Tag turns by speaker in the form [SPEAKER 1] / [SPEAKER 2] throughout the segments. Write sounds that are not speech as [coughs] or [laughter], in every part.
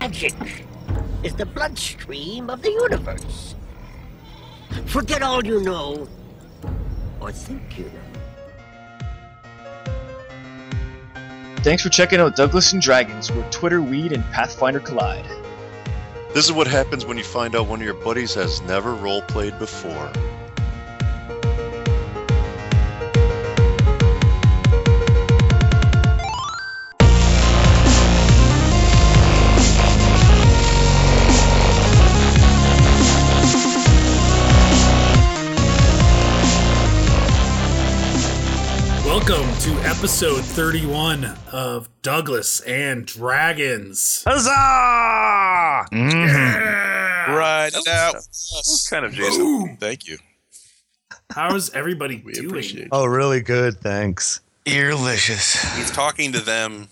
[SPEAKER 1] magic is the bloodstream of the universe. Forget all you know, or think you know.
[SPEAKER 2] Thanks for checking out Douglas and Dragons, where Twitter, Weed, and Pathfinder collide.
[SPEAKER 3] This is what happens when you find out one of your buddies has never role played before.
[SPEAKER 4] Welcome to episode 31 of Douglas and Dragons.
[SPEAKER 5] Huzzah!
[SPEAKER 6] Mm-hmm. Right
[SPEAKER 5] That was-
[SPEAKER 6] now,
[SPEAKER 5] that was kind of Jason.
[SPEAKER 4] Boom.
[SPEAKER 6] Thank you.
[SPEAKER 4] How's everybody
[SPEAKER 5] We
[SPEAKER 4] doing?
[SPEAKER 5] appreciate it.
[SPEAKER 7] Oh, really good. Thanks.
[SPEAKER 8] Earlicious.
[SPEAKER 6] He's talking to them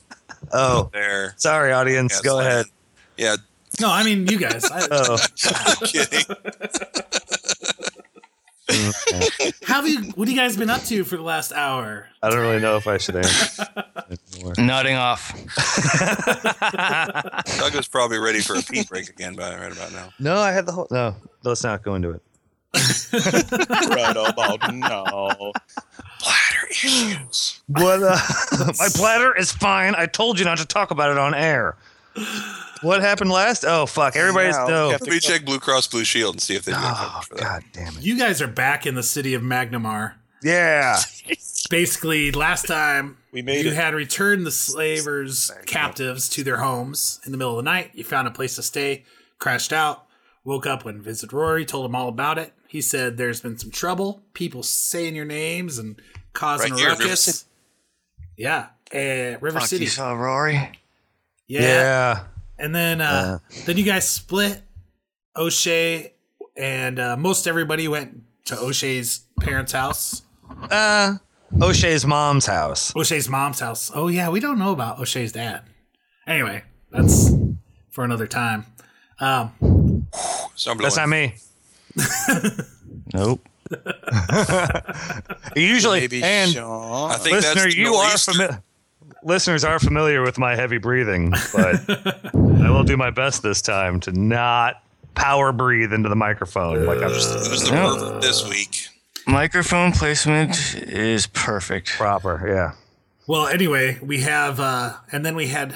[SPEAKER 7] Oh,
[SPEAKER 6] there.
[SPEAKER 7] sorry, audience.
[SPEAKER 6] Yes,
[SPEAKER 7] Go
[SPEAKER 6] I-
[SPEAKER 7] ahead.
[SPEAKER 6] Yeah,
[SPEAKER 4] No, I mean you guys.
[SPEAKER 5] [laughs]
[SPEAKER 4] I,
[SPEAKER 7] Oh,
[SPEAKER 6] [laughs] kidding.
[SPEAKER 4] how have you? What have you guys been up to for the last hour?
[SPEAKER 7] I don't really know if I should [laughs] answer. anymore.
[SPEAKER 8] Nodding off.
[SPEAKER 6] Doug was probably ready for a pee break again by right about now.
[SPEAKER 7] No, I had the whole. No, let's not go into it.
[SPEAKER 6] Right about now. Bladder issues.
[SPEAKER 7] What? Uh, [laughs] my platter is fine. I told you not to talk about it on air. What happened last? Oh, fuck. Everybody's
[SPEAKER 5] Now,
[SPEAKER 7] no.
[SPEAKER 5] you have
[SPEAKER 6] Let me check Blue Cross Blue Shield and see if they do
[SPEAKER 7] Oh,
[SPEAKER 6] coverage for that.
[SPEAKER 7] god damn it.
[SPEAKER 4] You guys are back in the city of Magnamar.
[SPEAKER 7] Yeah.
[SPEAKER 4] Basically, last time
[SPEAKER 5] We made
[SPEAKER 4] you
[SPEAKER 5] it.
[SPEAKER 4] had returned the slavers captives to their homes in the middle of the night. You found a place to stay, crashed out, woke up when Visit Rory told him all about it. He said there's been some trouble, people saying your names and causing
[SPEAKER 6] Right
[SPEAKER 4] a
[SPEAKER 6] here, River
[SPEAKER 4] ruckus. yeah, eh, River
[SPEAKER 8] Fuck,
[SPEAKER 4] City.
[SPEAKER 7] Oh,
[SPEAKER 8] you saw Rory?
[SPEAKER 4] Yeah.
[SPEAKER 7] Yeah.
[SPEAKER 4] and then uh, then you guys split. O'Shea and uh, most everybody went to O'Shea's parents' house.
[SPEAKER 7] Uh, O'Shea's mom's house.
[SPEAKER 4] O'Shea's mom's house. Oh yeah, we don't know about O'Shea's dad. Anyway, that's for another time. Um,
[SPEAKER 6] Somebody
[SPEAKER 7] That's not me.
[SPEAKER 8] Nope.
[SPEAKER 7] [laughs] Usually,
[SPEAKER 5] Maybe
[SPEAKER 7] and
[SPEAKER 5] Sean.
[SPEAKER 6] I think
[SPEAKER 7] listener,
[SPEAKER 6] that's
[SPEAKER 7] you
[SPEAKER 6] the
[SPEAKER 7] are
[SPEAKER 6] least-
[SPEAKER 7] familiar. Listeners are familiar with my heavy breathing, but I will do my best this time to not power breathe into the microphone like I'm
[SPEAKER 6] It
[SPEAKER 9] Uh.
[SPEAKER 7] just
[SPEAKER 6] was the
[SPEAKER 8] Yeah.
[SPEAKER 6] pervert this week.
[SPEAKER 8] Microphone placement is perfect.
[SPEAKER 7] proper. Yeah.
[SPEAKER 4] well, anyway, we have uh, and then we had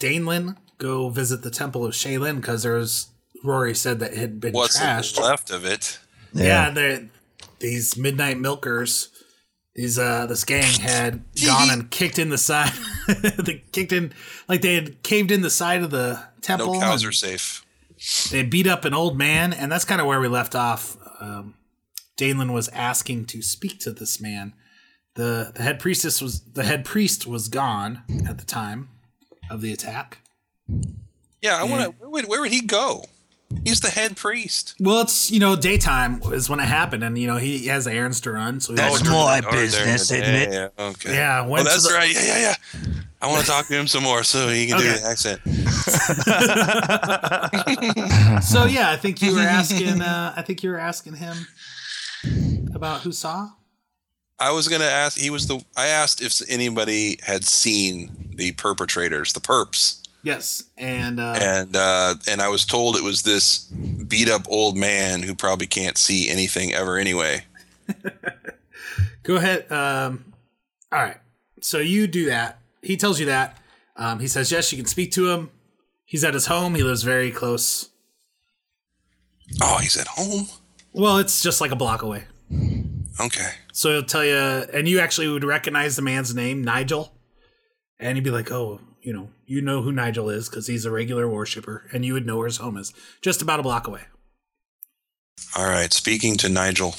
[SPEAKER 4] Danelin go visit the temple of Shaylin because there was Rory said that it had been
[SPEAKER 6] What's
[SPEAKER 4] trashed.
[SPEAKER 6] left of it?
[SPEAKER 4] Yeah, they these midnight milkers, these uh this gang had gone and kicked in the side [laughs] they kicked in like they had caved in the side of the temple.
[SPEAKER 6] No cows
[SPEAKER 4] and
[SPEAKER 6] are safe.
[SPEAKER 4] they beat up an old man, and that's kind of where we left off. Um Danelin was asking to speak to this man. The the head priestess was the head priest was gone at the time of the attack.
[SPEAKER 6] Yeah, I want to. Where would, where would he go? He's the head priest.
[SPEAKER 4] Well, it's you know daytime is when it happened, and you know he has errands to run. So he
[SPEAKER 8] That's
[SPEAKER 4] went-
[SPEAKER 6] Oh, there
[SPEAKER 8] my
[SPEAKER 6] in the
[SPEAKER 8] business, isn't
[SPEAKER 6] day.
[SPEAKER 8] it?
[SPEAKER 6] Yeah, okay.
[SPEAKER 4] yeah.
[SPEAKER 6] Oh,
[SPEAKER 4] Went to
[SPEAKER 6] that's
[SPEAKER 4] the-
[SPEAKER 6] right. Yeah, yeah, yeah. I want to talk to him some more so he can do
[SPEAKER 4] Okay.
[SPEAKER 6] the accent.
[SPEAKER 4] So yeah, I think you were asking. Uh, I think you were asking him about who saw.
[SPEAKER 6] I was gonna ask. He was the. I asked if anybody had seen the perpetrators, the perps,
[SPEAKER 4] Yes, and uh,
[SPEAKER 6] and uh, and I was told it was this beat up old man who probably can't see anything ever anyway.
[SPEAKER 4] go ahead. Um, all right. So you do that. He tells you that. Um, he says yes. You can speak to him. He's at his home. He lives very close.
[SPEAKER 6] Oh, he's at home.
[SPEAKER 4] Well, it's just like a block away.
[SPEAKER 6] Okay.
[SPEAKER 4] So he'll tell you, and you actually would recognize the man's name, Nigel. And you'd be like, oh, you know, you know who Nigel is because he's a regular worshiper, and you would know where his home is, just about a block away.
[SPEAKER 6] All right. Speaking to Nigel.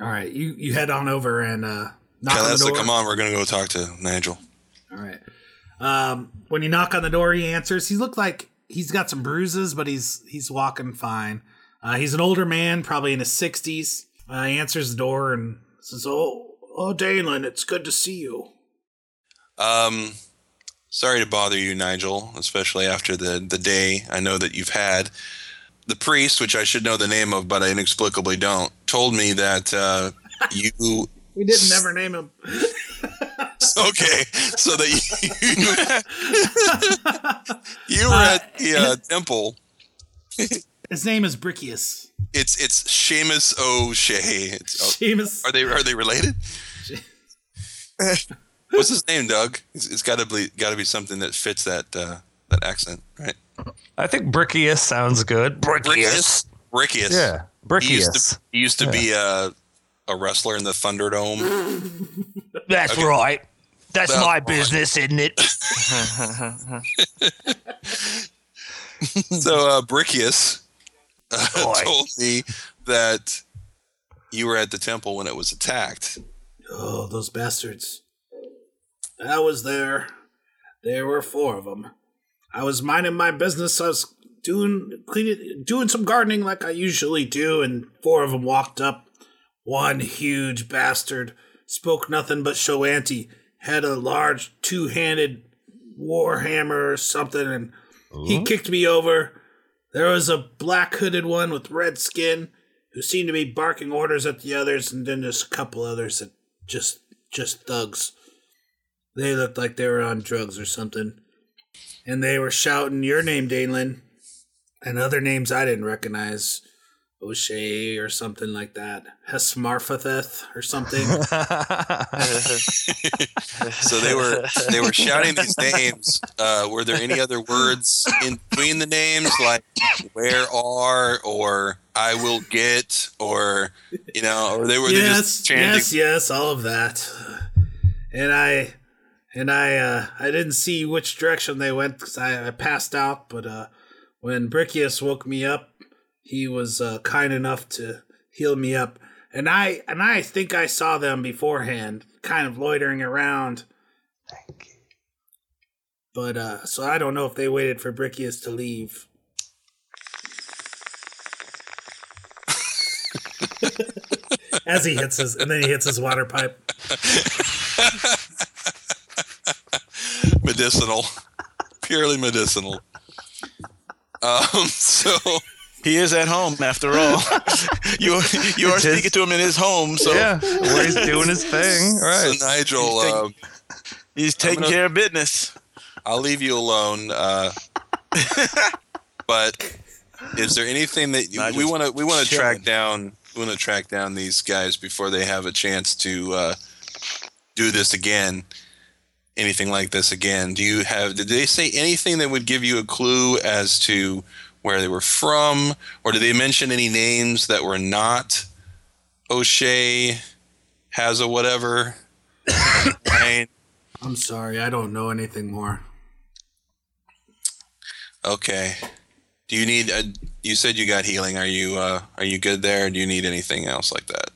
[SPEAKER 4] All right, you you head on over and uh, knock
[SPEAKER 6] Tell
[SPEAKER 4] on the
[SPEAKER 6] Elsa,
[SPEAKER 4] door.
[SPEAKER 6] come on. We're gonna go talk to Nigel.
[SPEAKER 4] All right. Um, when you knock on the door, he answers. He looked like he's got some bruises, but he's he's walking fine. Uh, he's an older man, probably in his sixties. Uh, he answers the door and says, "Oh, oh, Danelin, it's good to see you."
[SPEAKER 6] Um, sorry to bother you, Nigel, especially after the, the day I know that you've had. The priest, which I should know the name of, but I inexplicably don't, told me
[SPEAKER 4] [laughs]
[SPEAKER 6] that uh, you.
[SPEAKER 4] We didn't never name him.
[SPEAKER 6] Okay, so that you. you were at the uh, temple.
[SPEAKER 4] His name is Brickius.
[SPEAKER 6] It's it's Seamus O'Shea. It's,
[SPEAKER 4] Seamus.
[SPEAKER 6] oh, are they are they related? What's his name, Doug? It's, it's got to be got to be something that fits that uh, that accent, right?
[SPEAKER 7] I think Brickius sounds good.
[SPEAKER 6] Brickius. Brickius.
[SPEAKER 7] Yeah,
[SPEAKER 6] He used to,
[SPEAKER 7] Brickius.
[SPEAKER 6] he used to be a a wrestler in the Thunderdome.
[SPEAKER 7] That's right. That's
[SPEAKER 6] That's
[SPEAKER 7] my
[SPEAKER 6] right.
[SPEAKER 7] business, isn't it?
[SPEAKER 6] so uh, Brickius uh,
[SPEAKER 7] Boy.
[SPEAKER 6] told me that you were at the temple when it was attacked.
[SPEAKER 4] Oh, those bastards. I was there. There were four of them. I was minding my business. I was doing cleaning, doing some gardening like I usually do, and four of them walked up. One huge bastard spoke nothing but showanti. Had a large two-handed war hammer or something, and he kicked me over. There was a black hooded one with red skin who seemed to be barking orders at the others, and then just a couple others that just just thugs. They looked like they were on drugs or something, and they were shouting your name, Danelin, and other names I didn't recognize, O'Shea or something like that, Hesmarfatheth or something.
[SPEAKER 6] So they were they were shouting these names. Uh, were there any other words in between the names, like "where are" or "I will get" or you know, or they were they just
[SPEAKER 4] yes,
[SPEAKER 6] chanting?
[SPEAKER 4] yes, yes, all of that. And I, and I, uh, I didn't see which direction they went because I, I passed out. But uh, when Brickius woke me up, he was uh, kind enough to heal me up. And I, and I think I saw them beforehand, kind of loitering around. But uh, so I don't know if they waited for Brickius to leave. As he hits his, and then he hits his water pipe.
[SPEAKER 6] medicinal, purely medicinal. Um, [laughs] so
[SPEAKER 9] He is at home after all. [laughs] you you are
[SPEAKER 7] It is.
[SPEAKER 9] speaking to him in his home, so
[SPEAKER 7] yeah, where he's doing his thing. All
[SPEAKER 6] so
[SPEAKER 7] right.
[SPEAKER 6] Nigel, uh,
[SPEAKER 9] he's taking
[SPEAKER 6] gonna-
[SPEAKER 9] care of business.
[SPEAKER 6] I'll leave you alone. Uh, [laughs] but is there anything that you, we
[SPEAKER 9] Nigel's
[SPEAKER 6] want to we want to
[SPEAKER 9] chilling.
[SPEAKER 6] track down? We want to track down these guys before they have a chance to uh, do this again. Anything like this again? Do you have? Did they say anything that would give you a clue as to where they were from, or did they mention any names that were not O'Shea, Haza, whatever? [coughs] Ryan?
[SPEAKER 4] I'm sorry, I don't know anything more.
[SPEAKER 6] Okay. Do you need? A, you said you got healing. Are you uh, are you good there? Do you need anything else like that?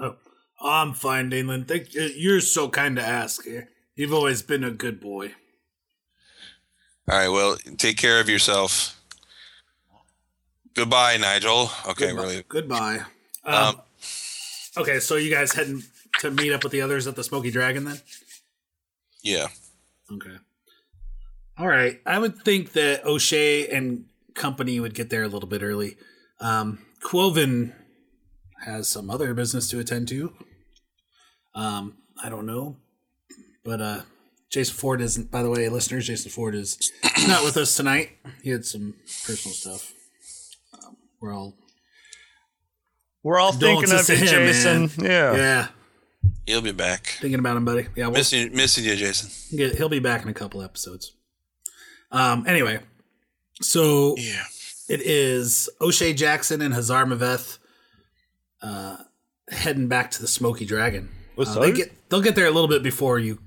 [SPEAKER 4] Oh, I'm fine, Danelin. Thank uh, you're so kind to ask. You've always been a good boy.
[SPEAKER 6] All right. Well, take care of yourself. Goodbye, Nigel. Okay,
[SPEAKER 4] Goodbye.
[SPEAKER 6] really.
[SPEAKER 4] Goodbye. Um,
[SPEAKER 6] Um,
[SPEAKER 4] okay, so you guys heading to meet up with the others at the Smoky Dragon then?
[SPEAKER 6] Yeah.
[SPEAKER 4] Okay. All right. I would think that O'Shea and company would get there a little bit early. Um, Quoven has some other business to attend to. Um, I don't know, but uh, Jason Ford isn't. By the way, listeners, Jason Ford is [coughs] not with us tonight. He had some personal stuff. Um, we're all
[SPEAKER 7] We're all thinking
[SPEAKER 4] Condolences
[SPEAKER 7] of you,
[SPEAKER 4] to him,
[SPEAKER 7] Jason.
[SPEAKER 4] man.
[SPEAKER 7] Yeah.
[SPEAKER 4] yeah
[SPEAKER 6] He'll be back.
[SPEAKER 4] thinking about him, buddy. Yeah, we'll
[SPEAKER 6] Missing missing you, Jason.
[SPEAKER 4] Yeah, he'll be back in a couple episodes. Um, anyway, so
[SPEAKER 9] Yeah.
[SPEAKER 4] it is O'Shea Jackson and Hazar Maveth uh, heading back to the Smoky Dragon.
[SPEAKER 7] What's
[SPEAKER 4] Uh, they
[SPEAKER 7] up?
[SPEAKER 4] get they'll get there a little bit before you,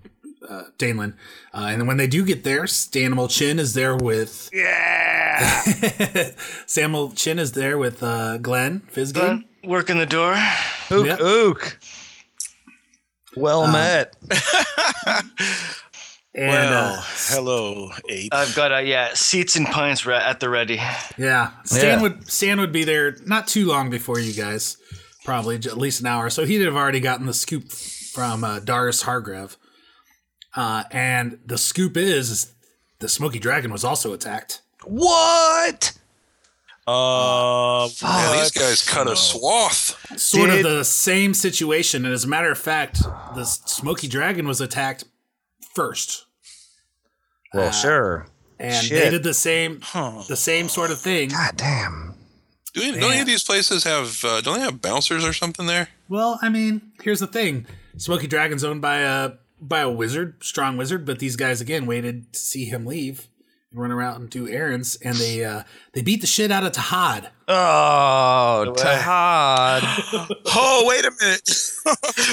[SPEAKER 4] uh, Danelin, uh, and then when they do get there, Stanimal Chin is there with
[SPEAKER 7] Yeah.
[SPEAKER 4] [laughs] Samuel Chin is there with uh, Glenn Fizgate.
[SPEAKER 8] But working the door.
[SPEAKER 7] Ook,
[SPEAKER 4] Yep.
[SPEAKER 7] ook. Well met.
[SPEAKER 4] And,
[SPEAKER 9] Well,
[SPEAKER 4] uh,
[SPEAKER 9] hello, ape.
[SPEAKER 8] I've got uh, yeah seats and pints re- at the ready.
[SPEAKER 4] Yeah, Stan
[SPEAKER 7] Yeah.
[SPEAKER 4] would Stan would be there not too long before you guys, probably j- at least an hour. So he'd have already gotten the scoop from uh, Darius Hargrave, uh, and the scoop is, is the Smoky Dragon was also attacked.
[SPEAKER 7] What?
[SPEAKER 9] Uh,
[SPEAKER 6] Yeah, these
[SPEAKER 9] what?
[SPEAKER 6] guys cut a swath.
[SPEAKER 4] Sort
[SPEAKER 7] Did-
[SPEAKER 4] of the same situation, and as a matter of fact, the S- Smoky Dragon was attacked first.
[SPEAKER 7] Well, sure.
[SPEAKER 4] and they
[SPEAKER 7] Shit.
[SPEAKER 4] did the same
[SPEAKER 9] Huh.
[SPEAKER 4] the same sort of thing.
[SPEAKER 7] God damn.
[SPEAKER 6] Do any, don't any of these places have? Uh, don't they have bouncers or something there?
[SPEAKER 4] Well, I mean, here's the thing: Smoky Dragon's owned by a by a wizard, strong wizard, but these guys again waited to see him leave and run around and do errands, and they uh, they beat the shit out of Tahad.
[SPEAKER 7] Oh, Tahad.
[SPEAKER 9] Oh, wait a minute.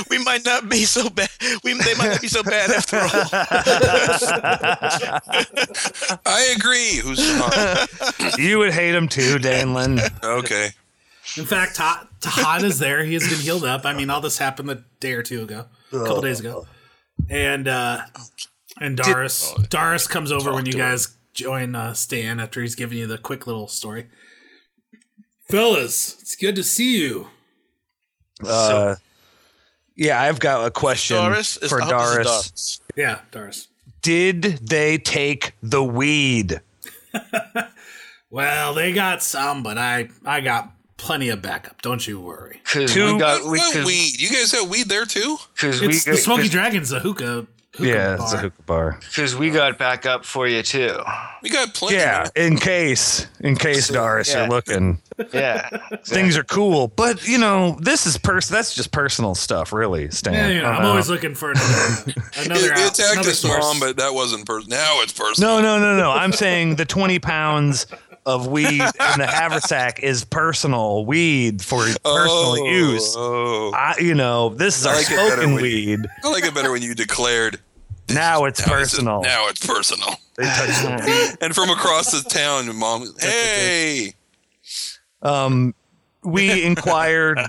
[SPEAKER 6] [laughs]
[SPEAKER 9] we might not be so bad. We, they might not be so bad after all.
[SPEAKER 6] [laughs] I agree. Who's
[SPEAKER 7] [laughs]
[SPEAKER 6] uh,
[SPEAKER 7] you would hate him too, Danlin.
[SPEAKER 6] okay?
[SPEAKER 4] In fact, Ta- Tahad is there. He has been healed up. I mean, all this happened a day or two ago, a couple days ago, and uh, and Doris Doris comes over when you guys join uh, Stan after he's giving you the quick little story. Fellas, it's good to see you.
[SPEAKER 7] Uh, yeah, I've got a question
[SPEAKER 9] Doris is
[SPEAKER 7] for
[SPEAKER 9] I hope this is
[SPEAKER 7] Doris.
[SPEAKER 9] Doris.
[SPEAKER 4] Yeah, Doris.
[SPEAKER 7] Did they take the weed?
[SPEAKER 4] Well, they got some, but I I got plenty of backup. Don't you worry.
[SPEAKER 8] Cause
[SPEAKER 7] Two-
[SPEAKER 8] we got we
[SPEAKER 6] What
[SPEAKER 8] cause,
[SPEAKER 6] weed? You guys have weed there too?
[SPEAKER 8] cause we
[SPEAKER 4] It's the Smoky
[SPEAKER 8] cause,
[SPEAKER 4] Dragon's a hookah. hookah
[SPEAKER 7] yeah,
[SPEAKER 4] bar.
[SPEAKER 7] it's a hookah bar.
[SPEAKER 8] cause we got back up for you too.
[SPEAKER 6] We got plenty.
[SPEAKER 7] Yeah, in case, in case, Doris,
[SPEAKER 8] yeah.
[SPEAKER 7] you're looking.
[SPEAKER 8] Yeah.
[SPEAKER 7] [laughs] Things are cool, but you know, this is pers- That's just personal stuff, really, Stan. Uh,
[SPEAKER 4] Yeah, you know,
[SPEAKER 7] I don't
[SPEAKER 4] I'm
[SPEAKER 7] know.
[SPEAKER 4] always looking for
[SPEAKER 7] [laughs]
[SPEAKER 4] another
[SPEAKER 6] They,
[SPEAKER 4] another,
[SPEAKER 6] they
[SPEAKER 4] out-
[SPEAKER 6] attacked
[SPEAKER 4] another
[SPEAKER 6] us,
[SPEAKER 4] source.
[SPEAKER 6] mom, but that wasn't personal. Now it's personal.
[SPEAKER 7] No, no, no, no. I'm saying the 20 pounds of weed in the haversack is personal weed for personal
[SPEAKER 6] Oh,
[SPEAKER 7] use.
[SPEAKER 6] oh.
[SPEAKER 7] I, you know, this is
[SPEAKER 6] I
[SPEAKER 7] our
[SPEAKER 6] like it better
[SPEAKER 7] smoking
[SPEAKER 6] when- [laughs]
[SPEAKER 7] weed.
[SPEAKER 6] I like it better when you declared.
[SPEAKER 7] Now it's
[SPEAKER 6] "Now this is-
[SPEAKER 7] personal.
[SPEAKER 6] Now it's personal.
[SPEAKER 7] They
[SPEAKER 6] [laughs]
[SPEAKER 7] touched the weed.
[SPEAKER 6] And from across the town, mom. Hey,
[SPEAKER 7] Um, we inquired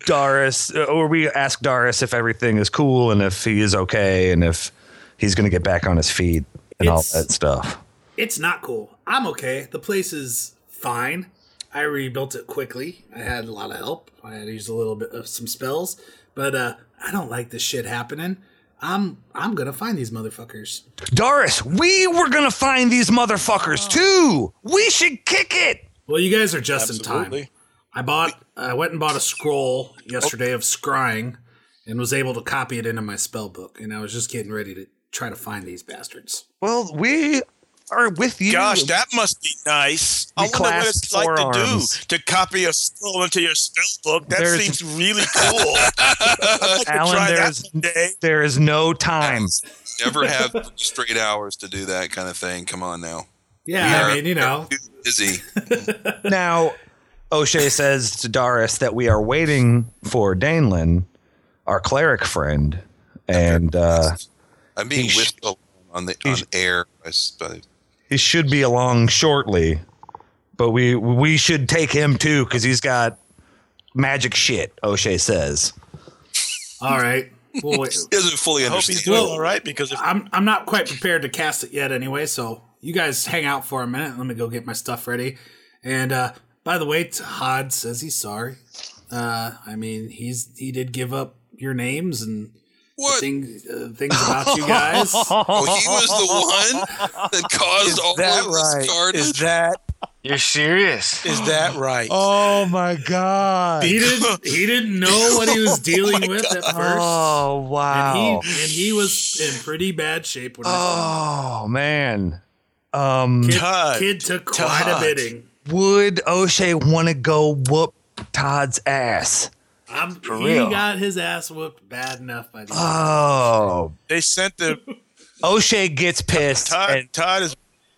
[SPEAKER 7] Doris, uh, or we asked Doris if everything is cool and if he is okay and if he's going to get back on his feet and
[SPEAKER 4] It's-
[SPEAKER 7] all that stuff.
[SPEAKER 4] It's not cool. I'm okay. The place is fine. I rebuilt it quickly. I had a lot of help. I had to use a little bit of some spells, but uh, I don't like this shit happening. I'm I'm gonna find these motherfuckers.
[SPEAKER 7] Doris, we were going to find these motherfuckers too. We should kick it.
[SPEAKER 4] Well, you guys are just in time.
[SPEAKER 6] Absolutely. Oh.
[SPEAKER 4] I bought I went and bought a scroll yesterday of scrying and was able to copy it into my spell book and I was just getting ready to try to find these bastards.
[SPEAKER 7] Well, we are with you.
[SPEAKER 9] Gosh, that must be nice. I
[SPEAKER 7] We
[SPEAKER 9] wonder what
[SPEAKER 7] clasped
[SPEAKER 9] it's like
[SPEAKER 7] forearms.
[SPEAKER 9] to do to copy a scroll into your spell book. That
[SPEAKER 7] There's-
[SPEAKER 9] seems really cool. I'd like
[SPEAKER 7] Alan,
[SPEAKER 9] to try that
[SPEAKER 7] there's-
[SPEAKER 9] someday.
[SPEAKER 7] there is no time.
[SPEAKER 6] never have straight hours to do that kind of thing. Come on now.
[SPEAKER 4] Yeah, I
[SPEAKER 6] Yeah.
[SPEAKER 4] mean, you know.
[SPEAKER 6] Too busy.
[SPEAKER 7] [laughs] Now, O'Shea says to Doris that we are waiting for Danelin, our cleric friend, and uh,
[SPEAKER 6] I'm being
[SPEAKER 7] He sh-
[SPEAKER 6] whisked along on the on air. I s- by-
[SPEAKER 7] he should be along shortly. But we we should take him too because he's got magic shit. O'Shea says.
[SPEAKER 4] All right. Well, wait.
[SPEAKER 6] He doesn't fully
[SPEAKER 9] I hope he's
[SPEAKER 6] understand.
[SPEAKER 9] doing
[SPEAKER 4] Well-
[SPEAKER 9] all right because if
[SPEAKER 4] I'm I'm not quite prepared to cast it yet anyway, so you guys hang out for a minute. Let me go get my stuff ready. And uh by the way, Todd says he's sorry. Uh I mean, he's he did give up your names and
[SPEAKER 6] What?
[SPEAKER 4] things uh, things about you guys.
[SPEAKER 6] [laughs] Oh, he was the one that caused all
[SPEAKER 9] that
[SPEAKER 6] of this
[SPEAKER 9] right?
[SPEAKER 6] carnage.
[SPEAKER 9] Is that
[SPEAKER 8] You're serious.
[SPEAKER 9] is
[SPEAKER 5] [gasps]
[SPEAKER 9] that right?
[SPEAKER 7] Oh my god!
[SPEAKER 4] he didn't he didn't know what he was dealing with at first.
[SPEAKER 7] Oh
[SPEAKER 4] And he
[SPEAKER 7] wow!
[SPEAKER 4] and he was in pretty bad shape when I
[SPEAKER 7] Oh man! Um,
[SPEAKER 4] kid,
[SPEAKER 9] Todd.
[SPEAKER 4] kid took quite a
[SPEAKER 9] Todd.
[SPEAKER 4] bidding.
[SPEAKER 7] would O'Shea want to go whoop Todd's ass?
[SPEAKER 4] I'm, he
[SPEAKER 8] real.
[SPEAKER 4] got his ass whooped bad enough by the
[SPEAKER 7] Uh. Oh,
[SPEAKER 9] They sent the
[SPEAKER 7] [laughs] O'Shea gets pissed
[SPEAKER 9] Todd.
[SPEAKER 7] and,
[SPEAKER 9] Todd is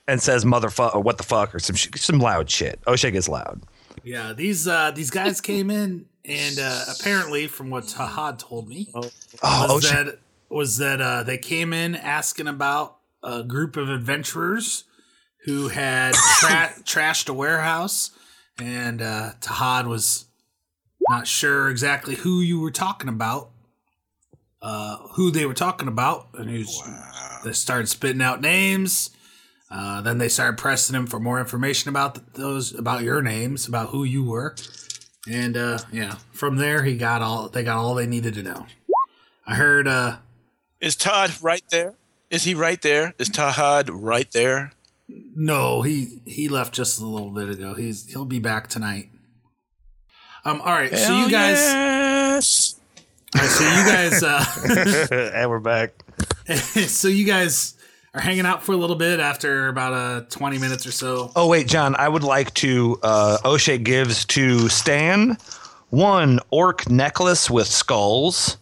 [SPEAKER 7] and says "motherfucker" or "what the fuck" or some sh- some loud shit. O'Shea gets loud.
[SPEAKER 4] Yeah, these uh, these guys came in and uh, apparently from what Tahad told me
[SPEAKER 7] Oh,
[SPEAKER 4] was
[SPEAKER 7] O'Shea,
[SPEAKER 4] that was that uh, they came in asking about a group of adventurers who had tra- trashed a warehouse and uh, Tahad was not sure exactly who you were talking about. Uh, who they were talking about, and he was, they started spitting out names. Uh, then they started pressing him for more information about th- those, about your names, about who you were, and uh, yeah, from there he got all they got all they needed to know. I heard, uh,
[SPEAKER 9] is Todd right there? Is he right there? Is Todd right there?
[SPEAKER 4] no, he he left just a little bit ago. He's he'll be back tonight. Um, all right, so you guys,
[SPEAKER 9] Yes.
[SPEAKER 7] [laughs]
[SPEAKER 4] all right, so you guys, uh,
[SPEAKER 7] and we're back.
[SPEAKER 4] [laughs] so you guys are hanging out for a little bit after about uh, 20 minutes or so.
[SPEAKER 7] Oh wait, John, I would like to. Uh, O'Shea gives to Stan one orc necklace with skulls,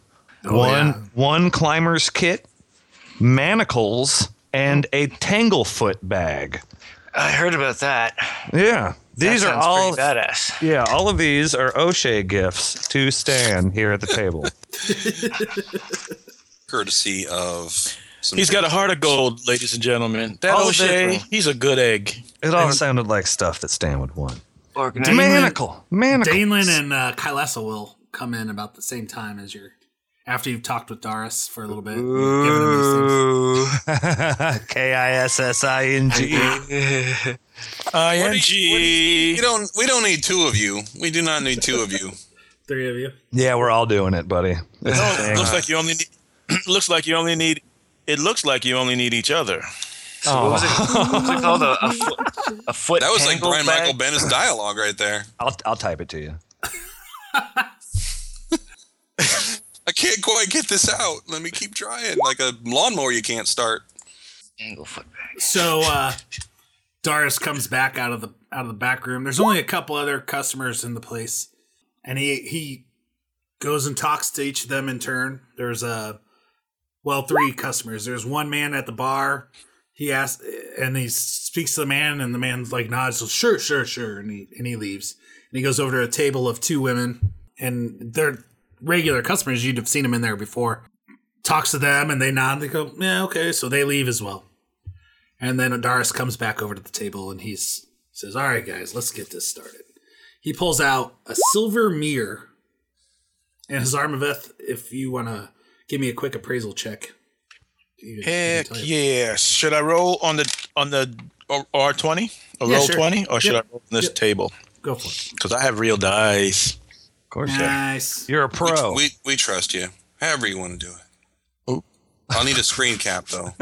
[SPEAKER 7] one one climber's kit, manacles, and a tanglefoot bag.
[SPEAKER 8] I heard about that.
[SPEAKER 7] Yeah, these
[SPEAKER 8] that
[SPEAKER 7] are
[SPEAKER 8] sounds
[SPEAKER 7] all.
[SPEAKER 8] pretty badass.
[SPEAKER 7] Yeah, all of these are O'Shea gifts to Stan here at the table.
[SPEAKER 6] courtesy of some
[SPEAKER 5] He's got a heart of gold, ladies and gentlemen. That
[SPEAKER 7] Oh,
[SPEAKER 5] O'Shea,
[SPEAKER 7] shit, bro.
[SPEAKER 5] he's a good egg.
[SPEAKER 7] [laughs] It all sounded like stuff that Stan would want.
[SPEAKER 8] Or can I-
[SPEAKER 7] Manacle, manacle.
[SPEAKER 4] Danelin and uh, Kylesa will come in about the same time as you're after you've talked with Doris for a little bit. you've given him these things.
[SPEAKER 7] [laughs] K I S S I N G. E.
[SPEAKER 6] You
[SPEAKER 5] E. ING.
[SPEAKER 6] don't. We don't need two of you. We do not need two of you.
[SPEAKER 4] Three of you.
[SPEAKER 7] [laughs] Yeah, we're all doing it, buddy. It's a
[SPEAKER 5] No,
[SPEAKER 7] thing.
[SPEAKER 5] looks like you only need. looks like you only need. It looks like you only need each other.
[SPEAKER 8] so what was it, what was it called? A, a foot, a foot
[SPEAKER 6] That was like
[SPEAKER 8] tangle
[SPEAKER 6] Brian
[SPEAKER 8] bag?
[SPEAKER 6] Michael Bennett's dialogue right there.
[SPEAKER 7] I'll, I'll type it to you.
[SPEAKER 6] I can't quite get this out. Let me keep trying. Like a lawnmower, you can't start.
[SPEAKER 8] Tangle foot bag.
[SPEAKER 4] So uh, Doris comes back out of the out of the back room. There's only a couple other customers in the place, and he he goes and talks to each of them in turn. There's a well three customers. There's one man at the bar. He asks and he speaks to the man, and the man's like nods, so sure, sure, sure, and he and he leaves. And he goes over to a table of two women, and they're regular customers. You'd have seen them in there before. Talks to them, and they nod. And they go, yeah, okay. So they leave as well. And then Adaris comes back over to the table and he's says, "All right, guys, let's get this started." He pulls out a silver mirror and his Armaveth. If you want to give me a quick appraisal check, you- you can
[SPEAKER 5] Heck
[SPEAKER 4] tell you.
[SPEAKER 5] yeah! Should I roll on the on the R twenty or
[SPEAKER 4] Yeah,
[SPEAKER 5] roll
[SPEAKER 4] sure.
[SPEAKER 5] twenty, or should
[SPEAKER 4] Yep.
[SPEAKER 5] I roll on this
[SPEAKER 4] Yep.
[SPEAKER 5] table?
[SPEAKER 4] Go for it.
[SPEAKER 5] Because I have real dice.
[SPEAKER 7] Of course,
[SPEAKER 4] Nice.
[SPEAKER 7] you're a
[SPEAKER 6] We-
[SPEAKER 7] pro.
[SPEAKER 6] We, we trust you. However you want to do it. I'll need a screen cap
[SPEAKER 4] [laughs]
[SPEAKER 6] though.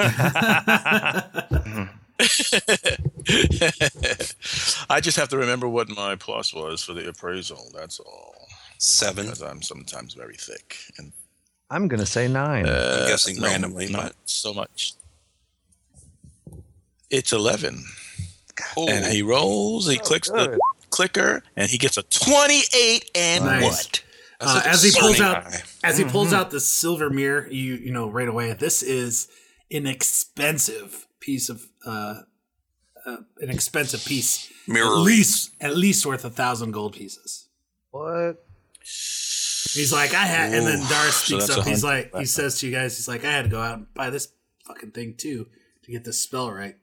[SPEAKER 5] [laughs] I just have to remember what my plus was for the appraisal. That's all.
[SPEAKER 6] Seven.
[SPEAKER 5] Because I'm sometimes very thick and uh,
[SPEAKER 7] I'm gonna say nine.
[SPEAKER 6] I'm guessing
[SPEAKER 5] no,
[SPEAKER 6] randomly,
[SPEAKER 5] not
[SPEAKER 6] but
[SPEAKER 5] so much. It's eleven,
[SPEAKER 6] oh,
[SPEAKER 5] and he rolls.
[SPEAKER 4] Oh,
[SPEAKER 5] He clicks the clicker, and he gets a twenty-eight. And
[SPEAKER 4] Nice.
[SPEAKER 5] what?
[SPEAKER 4] Uh,
[SPEAKER 6] that's a
[SPEAKER 4] as he pulls
[SPEAKER 6] discerning
[SPEAKER 4] out
[SPEAKER 6] eye.
[SPEAKER 4] as he pulls out the silver mirror, you you know right away this is an expensive piece of uh, uh an expensive piece. At
[SPEAKER 6] mirror.
[SPEAKER 4] least at least worth a thousand gold pieces.
[SPEAKER 7] what?
[SPEAKER 4] He's like, I had, and then Doris speaks
[SPEAKER 5] that's
[SPEAKER 4] up.
[SPEAKER 5] a
[SPEAKER 4] He's
[SPEAKER 5] hundred.
[SPEAKER 4] like, he says to you guys, he's like, I had to go out and buy this fucking thing too to get this spell right.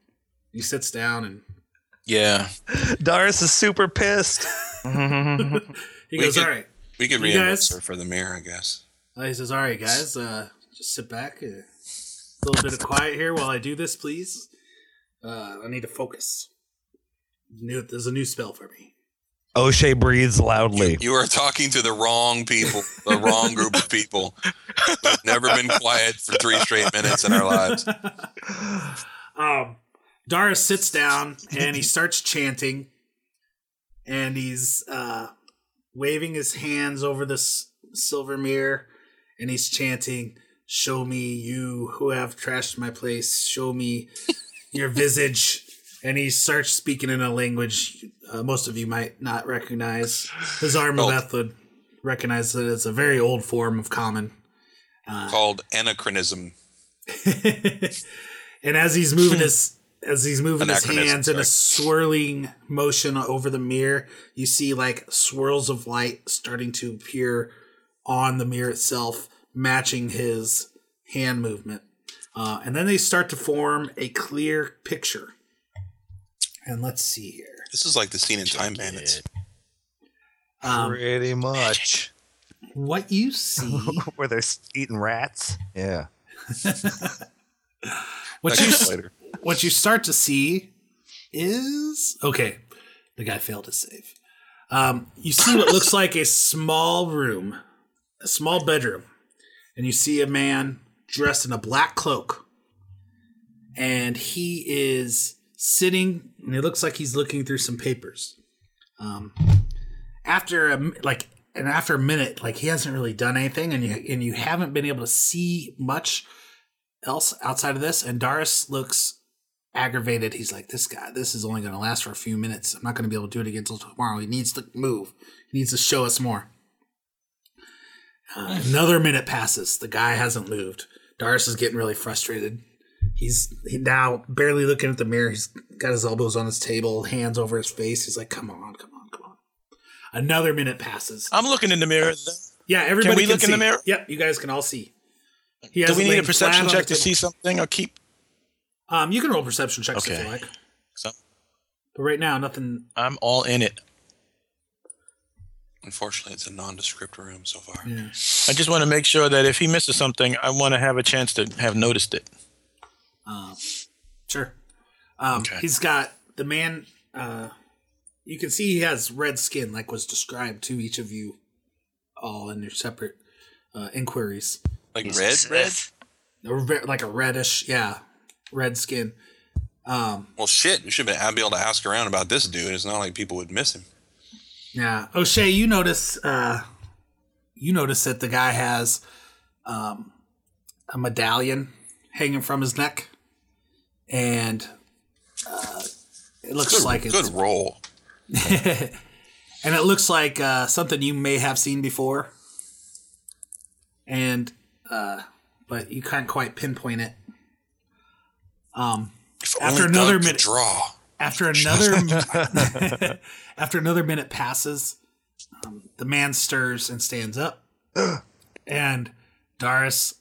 [SPEAKER 4] He sits down and
[SPEAKER 5] Yeah.
[SPEAKER 7] Doris is super pissed.
[SPEAKER 4] he
[SPEAKER 6] We
[SPEAKER 4] goes,
[SPEAKER 6] could-
[SPEAKER 4] all right.
[SPEAKER 6] We could
[SPEAKER 4] You guys-
[SPEAKER 6] reimburse her for the mirror, I guess.
[SPEAKER 4] Uh, he says, all right, guys, uh, just sit back. uh, A little bit of quiet here while I do this, please. Uh, I need to focus. New, there's a new spell for me.
[SPEAKER 7] O'Shea breathes loudly.
[SPEAKER 6] You are talking to the wrong people, the wrong group of people. We've never been quiet for three straight minutes in our lives.
[SPEAKER 4] Um, Dara sits down and he starts chanting, and he's uh, waving his hands over this silver mirror, and he's chanting, "Show me you who have trashed my place. Show me your visage." And he starts speaking in a language uh, most of you might not recognize. His Armaveth would recognize that it's a very old form of common.
[SPEAKER 6] Called anachronism.
[SPEAKER 4] and as he's moving his as he's moving his
[SPEAKER 6] Anachronism,
[SPEAKER 4] hands in a swirling motion over the mirror, you see like swirls of light starting to appear on the mirror itself, matching his hand movement. Uh, and then they start to form a clear picture. And let's see here.
[SPEAKER 6] This is like the scene in Time Bandits.
[SPEAKER 4] Um,
[SPEAKER 7] Pretty much.
[SPEAKER 4] what you see,
[SPEAKER 7] Where they're s- eating rats. Yeah.
[SPEAKER 4] what you s- what you start to see is okay. The guy failed to save. Um, you see what looks like a small room, a small bedroom, and you see a man dressed in a black cloak, and he is sitting, and it looks like he's looking through some papers. Um, after a m- like, and after a minute, like he hasn't really done anything, and you and you haven't been able to see much else outside of this, and Darius looks aggravated. He's like, "This guy, this is only going to last for a few minutes. I'm not going to be able to do it again until tomorrow. He needs to move. He needs to show us more." Uh, another minute passes. The guy hasn't moved. Darius is getting really frustrated. He's he now barely looking at the mirror. He's got his elbows on his table, hands over his face. He's like, "Come on, come on, come on." Another minute passes.
[SPEAKER 5] I'm looking in the mirror. though.
[SPEAKER 4] Yeah, everybody.
[SPEAKER 5] Oh, we look in the
[SPEAKER 4] see.
[SPEAKER 5] mirror?
[SPEAKER 4] Yep, you guys can all see. He
[SPEAKER 5] Do
[SPEAKER 4] has
[SPEAKER 5] we need a
[SPEAKER 4] laid
[SPEAKER 5] perception
[SPEAKER 4] flat on
[SPEAKER 5] check
[SPEAKER 4] the
[SPEAKER 5] to see
[SPEAKER 4] table.
[SPEAKER 5] something or keep?
[SPEAKER 4] Um, you can roll perception checks if
[SPEAKER 5] Okay.
[SPEAKER 4] you like.
[SPEAKER 5] So-
[SPEAKER 4] But right now, nothing.
[SPEAKER 5] I'm all in it.
[SPEAKER 6] Unfortunately, it's a nondescript room so far.
[SPEAKER 5] I just want to make sure that if he misses something, I want to have a chance to have noticed it.
[SPEAKER 4] Sure. Um,
[SPEAKER 5] Okay.
[SPEAKER 4] He's got the man. Uh, you can see he has red skin, like was described to each of you all in your separate uh, inquiries.
[SPEAKER 6] Like
[SPEAKER 8] He's
[SPEAKER 6] red,
[SPEAKER 8] a
[SPEAKER 6] red.
[SPEAKER 8] Sith.
[SPEAKER 4] A re- Like a reddish, yeah, red skin. Um,
[SPEAKER 6] Well, shit. We should have been able to ask around about this dude. It's not like people would miss him.
[SPEAKER 4] Yeah, O'Shea, you notice uh, you notice that the guy has um, a medallion hanging from his neck, and uh, it looks
[SPEAKER 6] Good,
[SPEAKER 4] like
[SPEAKER 6] good
[SPEAKER 4] it's
[SPEAKER 6] roll.
[SPEAKER 4] [laughs] and it looks like uh, something you may have seen before, and uh, but you can't quite pinpoint it. Um,
[SPEAKER 6] If
[SPEAKER 4] After
[SPEAKER 6] only
[SPEAKER 4] another
[SPEAKER 6] Doug could
[SPEAKER 4] minute-
[SPEAKER 6] draw.
[SPEAKER 4] after another [laughs] after another minute passes um, the man stirs and stands up and Darius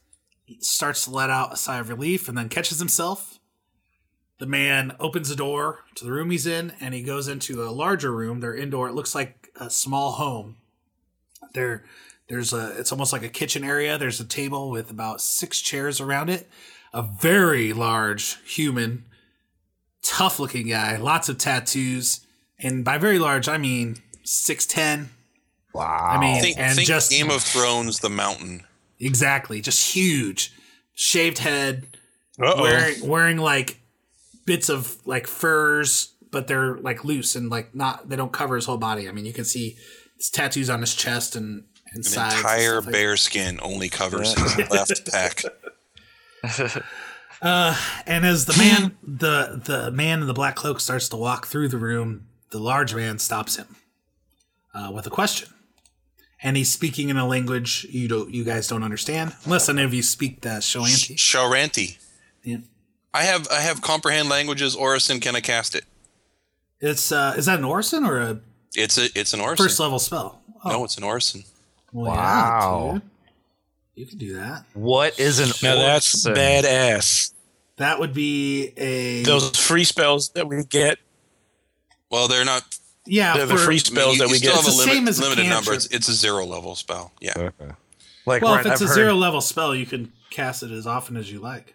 [SPEAKER 4] starts to let out a sigh of relief and then catches himself the man opens the door to the room he's in and he goes into a larger room they're indoor it looks like a small home there there's a it's almost like a kitchen area there's a table with about six chairs around it a very large human tough looking guy, lots of tattoos, and by very large I mean six ten. Wow. I mean
[SPEAKER 6] Think,
[SPEAKER 4] Oh, and
[SPEAKER 6] think
[SPEAKER 4] just
[SPEAKER 6] Game of Thrones, the mountain.
[SPEAKER 4] exactly, just huge. Shaved head, wearing wearing like bits of like furs, but they're like loose and like not they don't cover his whole body. I mean you can see his tattoos on his chest and, and
[SPEAKER 6] An
[SPEAKER 4] sides. and
[SPEAKER 6] entire
[SPEAKER 4] stuff like
[SPEAKER 6] bear skin only covers
[SPEAKER 4] [laughs]
[SPEAKER 6] his left pack.
[SPEAKER 4] And as the man, the the man in the black cloak starts to walk through the room, the large man stops him uh, with a question, and he's speaking in a language you don't, you guys don't understand, unless any of you speak the Shoanti.
[SPEAKER 6] Sharanti.
[SPEAKER 4] Yeah.
[SPEAKER 6] I have I have comprehend languages. Orison, can I cast it?
[SPEAKER 4] It's uh, is that an Orson or a
[SPEAKER 6] It's a it's an Orison.
[SPEAKER 4] first level spell? Oh,
[SPEAKER 6] No, it's an Orison.
[SPEAKER 4] Well, yeah,
[SPEAKER 7] Wow.
[SPEAKER 4] dude. you can do that.
[SPEAKER 7] What is an
[SPEAKER 5] Now that's
[SPEAKER 7] orson?
[SPEAKER 5] badass.
[SPEAKER 4] That would be a
[SPEAKER 5] Those free spells that we get,
[SPEAKER 6] Well, they're not.
[SPEAKER 4] yeah
[SPEAKER 5] they're the
[SPEAKER 4] for-
[SPEAKER 5] free
[SPEAKER 6] I mean,
[SPEAKER 5] spells
[SPEAKER 6] you,
[SPEAKER 5] that
[SPEAKER 6] you
[SPEAKER 5] we
[SPEAKER 6] still
[SPEAKER 5] get.
[SPEAKER 6] have a
[SPEAKER 4] It's the same
[SPEAKER 6] limit,
[SPEAKER 4] as a
[SPEAKER 6] limited number. It's,
[SPEAKER 4] cantrip.
[SPEAKER 6] it's a zero level spell. Yeah.
[SPEAKER 7] Like
[SPEAKER 4] Well,
[SPEAKER 7] right,
[SPEAKER 4] if it's
[SPEAKER 7] I've
[SPEAKER 4] a
[SPEAKER 7] heard,
[SPEAKER 4] zero level spell, you can cast it as often as you like.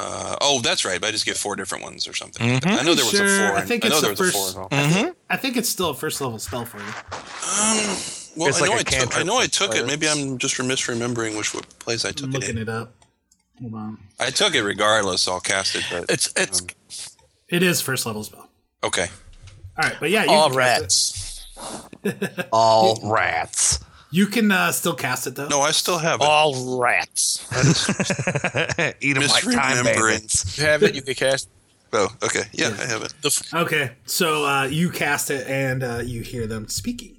[SPEAKER 6] Uh, oh, that's right. but I just get four different ones or something.
[SPEAKER 5] Mhm.
[SPEAKER 6] I know there was
[SPEAKER 4] Sure,
[SPEAKER 6] a four.
[SPEAKER 4] I
[SPEAKER 6] in-
[SPEAKER 4] think
[SPEAKER 6] know
[SPEAKER 4] it's
[SPEAKER 6] there
[SPEAKER 4] the
[SPEAKER 6] was a four
[SPEAKER 4] first-
[SPEAKER 6] involved.
[SPEAKER 4] I think it's still a first level spell for you.
[SPEAKER 6] Um, well,
[SPEAKER 7] It's
[SPEAKER 6] I
[SPEAKER 7] like
[SPEAKER 6] know,
[SPEAKER 7] a
[SPEAKER 6] I, took, I
[SPEAKER 7] cantrip
[SPEAKER 6] know I
[SPEAKER 7] with
[SPEAKER 6] took it.
[SPEAKER 7] fire.
[SPEAKER 6] Maybe I'm just misremembering which place I
[SPEAKER 4] I'm
[SPEAKER 6] took it
[SPEAKER 4] looking
[SPEAKER 6] in.
[SPEAKER 4] it up. Hold on.
[SPEAKER 6] I took it regardless. I'll cast it.
[SPEAKER 7] [laughs]
[SPEAKER 6] But
[SPEAKER 5] it's it's
[SPEAKER 6] Um,
[SPEAKER 4] It is first level spell.
[SPEAKER 6] okay.
[SPEAKER 4] All right, but yeah, you
[SPEAKER 5] all
[SPEAKER 4] can cast
[SPEAKER 5] rats.
[SPEAKER 7] all rats.
[SPEAKER 4] it. You can uh, still cast it though.
[SPEAKER 6] No, I still have it.
[SPEAKER 5] All rats.
[SPEAKER 7] Eat them like time bandits.
[SPEAKER 5] you have it. You can cast.
[SPEAKER 6] Oh, okay. Yeah, I have it.
[SPEAKER 5] The f-
[SPEAKER 4] Okay, so uh, you cast it and uh, you hear them speaking.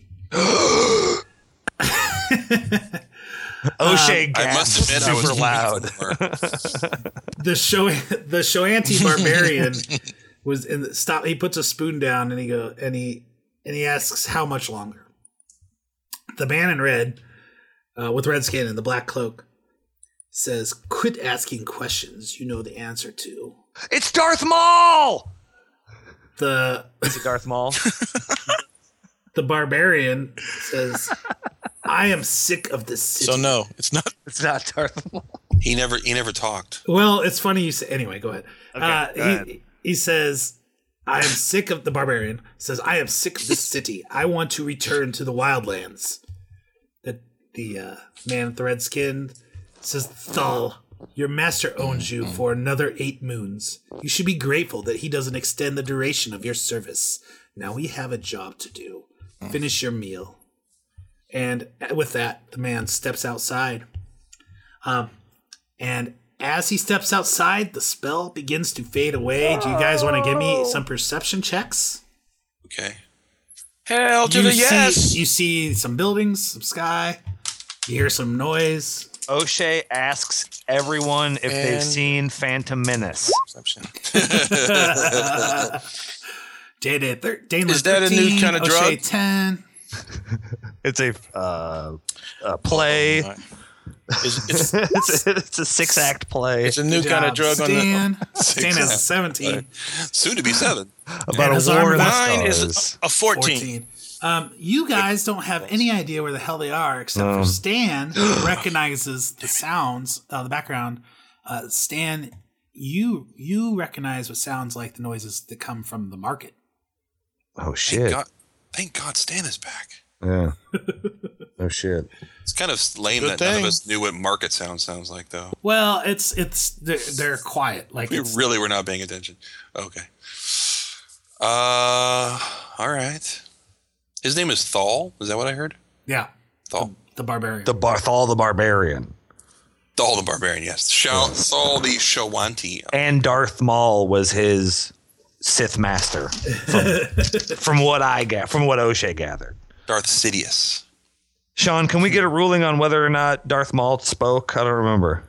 [SPEAKER 7] O'Shea
[SPEAKER 6] Um, I
[SPEAKER 7] gasps
[SPEAKER 6] must admit, I was
[SPEAKER 7] super loud.
[SPEAKER 6] loud.
[SPEAKER 7] [laughs]
[SPEAKER 4] The show, the Shoanti
[SPEAKER 5] [laughs]
[SPEAKER 4] barbarian was in the, stop. He puts a spoon down and he go and he and he asks how much longer. The man in red, uh, with red skin and the black cloak, says, "Quit asking questions. You know the answer to."
[SPEAKER 7] It's Darth Maul.
[SPEAKER 4] The
[SPEAKER 7] Is it Darth Maul?
[SPEAKER 4] the barbarian
[SPEAKER 5] [laughs]
[SPEAKER 4] says, "I am sick of this city."
[SPEAKER 5] so no, it's not.
[SPEAKER 7] it's not Darth Maul.
[SPEAKER 6] he never he never talked.
[SPEAKER 4] Well, it's funny you say. Anyway, go ahead. uh,
[SPEAKER 7] go
[SPEAKER 4] he,
[SPEAKER 7] ahead.
[SPEAKER 4] he says, "I am sick of the barbarian." Says, "I am sick of
[SPEAKER 7] [laughs]
[SPEAKER 4] this city. I want to return to the wildlands." The the uh, man with the red skin says, "Thal, your master owns you for another eight moons. You should be grateful that he doesn't extend the duration of your service. Now we have a job to do. Finish your meal." uh, And with that, the man steps outside. Um, and As he steps outside, the spell begins to fade away. Do you guys want to give me some perception checks?
[SPEAKER 6] Okay.
[SPEAKER 9] Hell to
[SPEAKER 4] you
[SPEAKER 9] the
[SPEAKER 4] see,
[SPEAKER 9] yes.
[SPEAKER 4] You see some buildings, some sky. You hear some noise.
[SPEAKER 7] O'Shea asks everyone if they've
[SPEAKER 9] And-
[SPEAKER 7] seen Phantom Menace.
[SPEAKER 9] Perception.
[SPEAKER 4] Day day thir- Dayland
[SPEAKER 9] Is that a new
[SPEAKER 4] 13,
[SPEAKER 9] kinda
[SPEAKER 4] O'Shea
[SPEAKER 9] drug?
[SPEAKER 4] Ten.
[SPEAKER 7] It's a, uh, a
[SPEAKER 9] Oh,
[SPEAKER 7] play. [laughs]
[SPEAKER 9] It's, it's,
[SPEAKER 7] it's, it's a six act play
[SPEAKER 9] it's a new kind of drug
[SPEAKER 4] Stan.
[SPEAKER 9] on [laughs]
[SPEAKER 4] Stan has a seventeen.
[SPEAKER 7] [gasps]
[SPEAKER 6] Soon to be seven.
[SPEAKER 7] about
[SPEAKER 4] his
[SPEAKER 7] a war
[SPEAKER 4] arm
[SPEAKER 7] in
[SPEAKER 9] the
[SPEAKER 7] the
[SPEAKER 4] back.
[SPEAKER 9] mine
[SPEAKER 7] stars.
[SPEAKER 9] is a, a 14. [laughs]
[SPEAKER 4] 14. Um, you guys don't have any idea where the hell they are, except for Stan who recognizes the sounds of the background. Uh, Stan, you you recognize what sounds like the noises that come from the market.
[SPEAKER 7] oh shit!
[SPEAKER 6] God, thank God Stan is
[SPEAKER 7] [laughs]
[SPEAKER 6] back.
[SPEAKER 7] Yeah. oh shit!
[SPEAKER 6] It's kind of lame that
[SPEAKER 9] Good
[SPEAKER 6] none
[SPEAKER 9] thing.
[SPEAKER 6] of us knew what market sound sounds
[SPEAKER 7] [laughs]
[SPEAKER 6] like, though.
[SPEAKER 4] Well, it's it's they're, they're quiet, like
[SPEAKER 6] We
[SPEAKER 4] it's,
[SPEAKER 6] really were not paying attention. Okay. Uh, all right. His name is Thal. Is that what I heard?
[SPEAKER 4] yeah,
[SPEAKER 6] Thal.
[SPEAKER 4] the barbarian.
[SPEAKER 7] The Barthol the Barbarian
[SPEAKER 6] Thal the Barbarian, yes. Shal- Thal the Shawanti.
[SPEAKER 7] and Darth Maul was his Sith master, [laughs] from, from what I got, from what O'Shea gathered.
[SPEAKER 6] Darth Sidious.
[SPEAKER 7] Sean, can we get a ruling on whether or not Darth Maul spoke? I don't remember.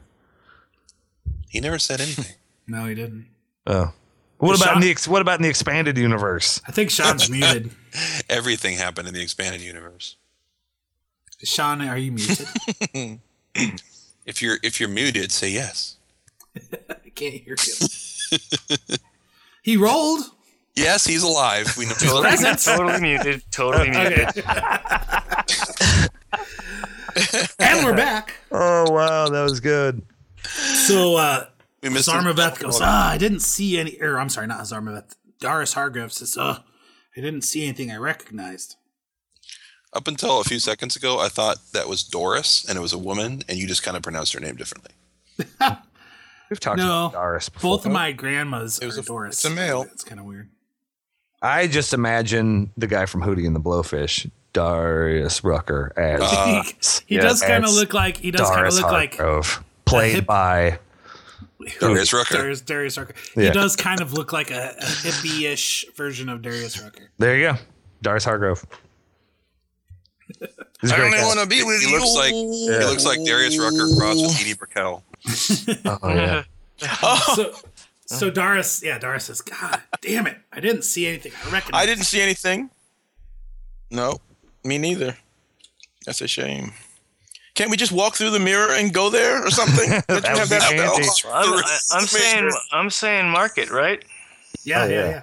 [SPEAKER 6] He never said [laughs] anything.
[SPEAKER 4] no, he didn't.
[SPEAKER 7] Oh. What
[SPEAKER 4] Sean-
[SPEAKER 7] about in the ex- what about in the expanded universe?
[SPEAKER 4] I think Sean's muted.
[SPEAKER 6] Everything happened in the expanded universe.
[SPEAKER 4] Sean, are you muted?
[SPEAKER 6] If you're if you're muted, say yes.
[SPEAKER 4] I can't hear you. he rolled.
[SPEAKER 6] Yes, he's alive. We know he's alive.
[SPEAKER 8] Totally, [laughs] totally muted.
[SPEAKER 7] [laughs]
[SPEAKER 8] Totally muted.
[SPEAKER 4] and we're back.
[SPEAKER 7] Oh wow, that was good.
[SPEAKER 4] So uh,
[SPEAKER 6] We missed his-
[SPEAKER 4] Zarmaveth goes, ah, I didn't see any. Or I'm sorry, not Zarmaveth. Doris Hargrove says, oh, I didn't see anything I recognized.
[SPEAKER 6] Up until a few seconds ago, I thought that was Doris and it was a woman, and you just kind of pronounced her name differently.
[SPEAKER 7] We've talked
[SPEAKER 4] No.
[SPEAKER 7] about Doris before.
[SPEAKER 4] Both of my grandmas are Doris.
[SPEAKER 9] it's a male.
[SPEAKER 4] It's kind of weird.
[SPEAKER 7] I just imagine the guy from Hootie and the Blowfish, Darius Rucker, as
[SPEAKER 4] [laughs] he he
[SPEAKER 7] yeah,
[SPEAKER 4] does kind of
[SPEAKER 7] that's
[SPEAKER 4] look like he does kind of
[SPEAKER 7] Doris
[SPEAKER 4] look like
[SPEAKER 9] [laughs]
[SPEAKER 7] Hargrove, played
[SPEAKER 4] hip-
[SPEAKER 7] by
[SPEAKER 6] Darius Rucker.
[SPEAKER 4] Darius, Darius Rucker. He
[SPEAKER 7] Yeah.
[SPEAKER 4] does kind of look like a, a hippie-ish version of Darius Rucker.
[SPEAKER 7] there you go, Doris Hargrove. He's a
[SPEAKER 9] I
[SPEAKER 7] great
[SPEAKER 9] don't
[SPEAKER 7] guy.
[SPEAKER 9] want to be with
[SPEAKER 6] He
[SPEAKER 9] you.
[SPEAKER 6] looks like he looks like Darius Rucker crossed with Edie Brickell.
[SPEAKER 7] Oh,
[SPEAKER 8] [laughs]
[SPEAKER 9] [laughs]
[SPEAKER 7] yeah.
[SPEAKER 9] Oh,
[SPEAKER 4] So, so Doris, yeah, Doris says, God damn it, I didn't see anything I recognized.
[SPEAKER 9] I didn't see anything. No, me neither. That's a shame. Can't we just walk through the mirror and go there
[SPEAKER 7] [laughs]
[SPEAKER 9] or something? Don't you
[SPEAKER 7] That
[SPEAKER 9] have
[SPEAKER 7] would be
[SPEAKER 9] that-
[SPEAKER 7] handy.
[SPEAKER 8] I'm, I- I'm saying I'm saying market, right?
[SPEAKER 4] Yeah,
[SPEAKER 7] Oh,
[SPEAKER 4] yeah,
[SPEAKER 7] yeah.
[SPEAKER 4] yeah.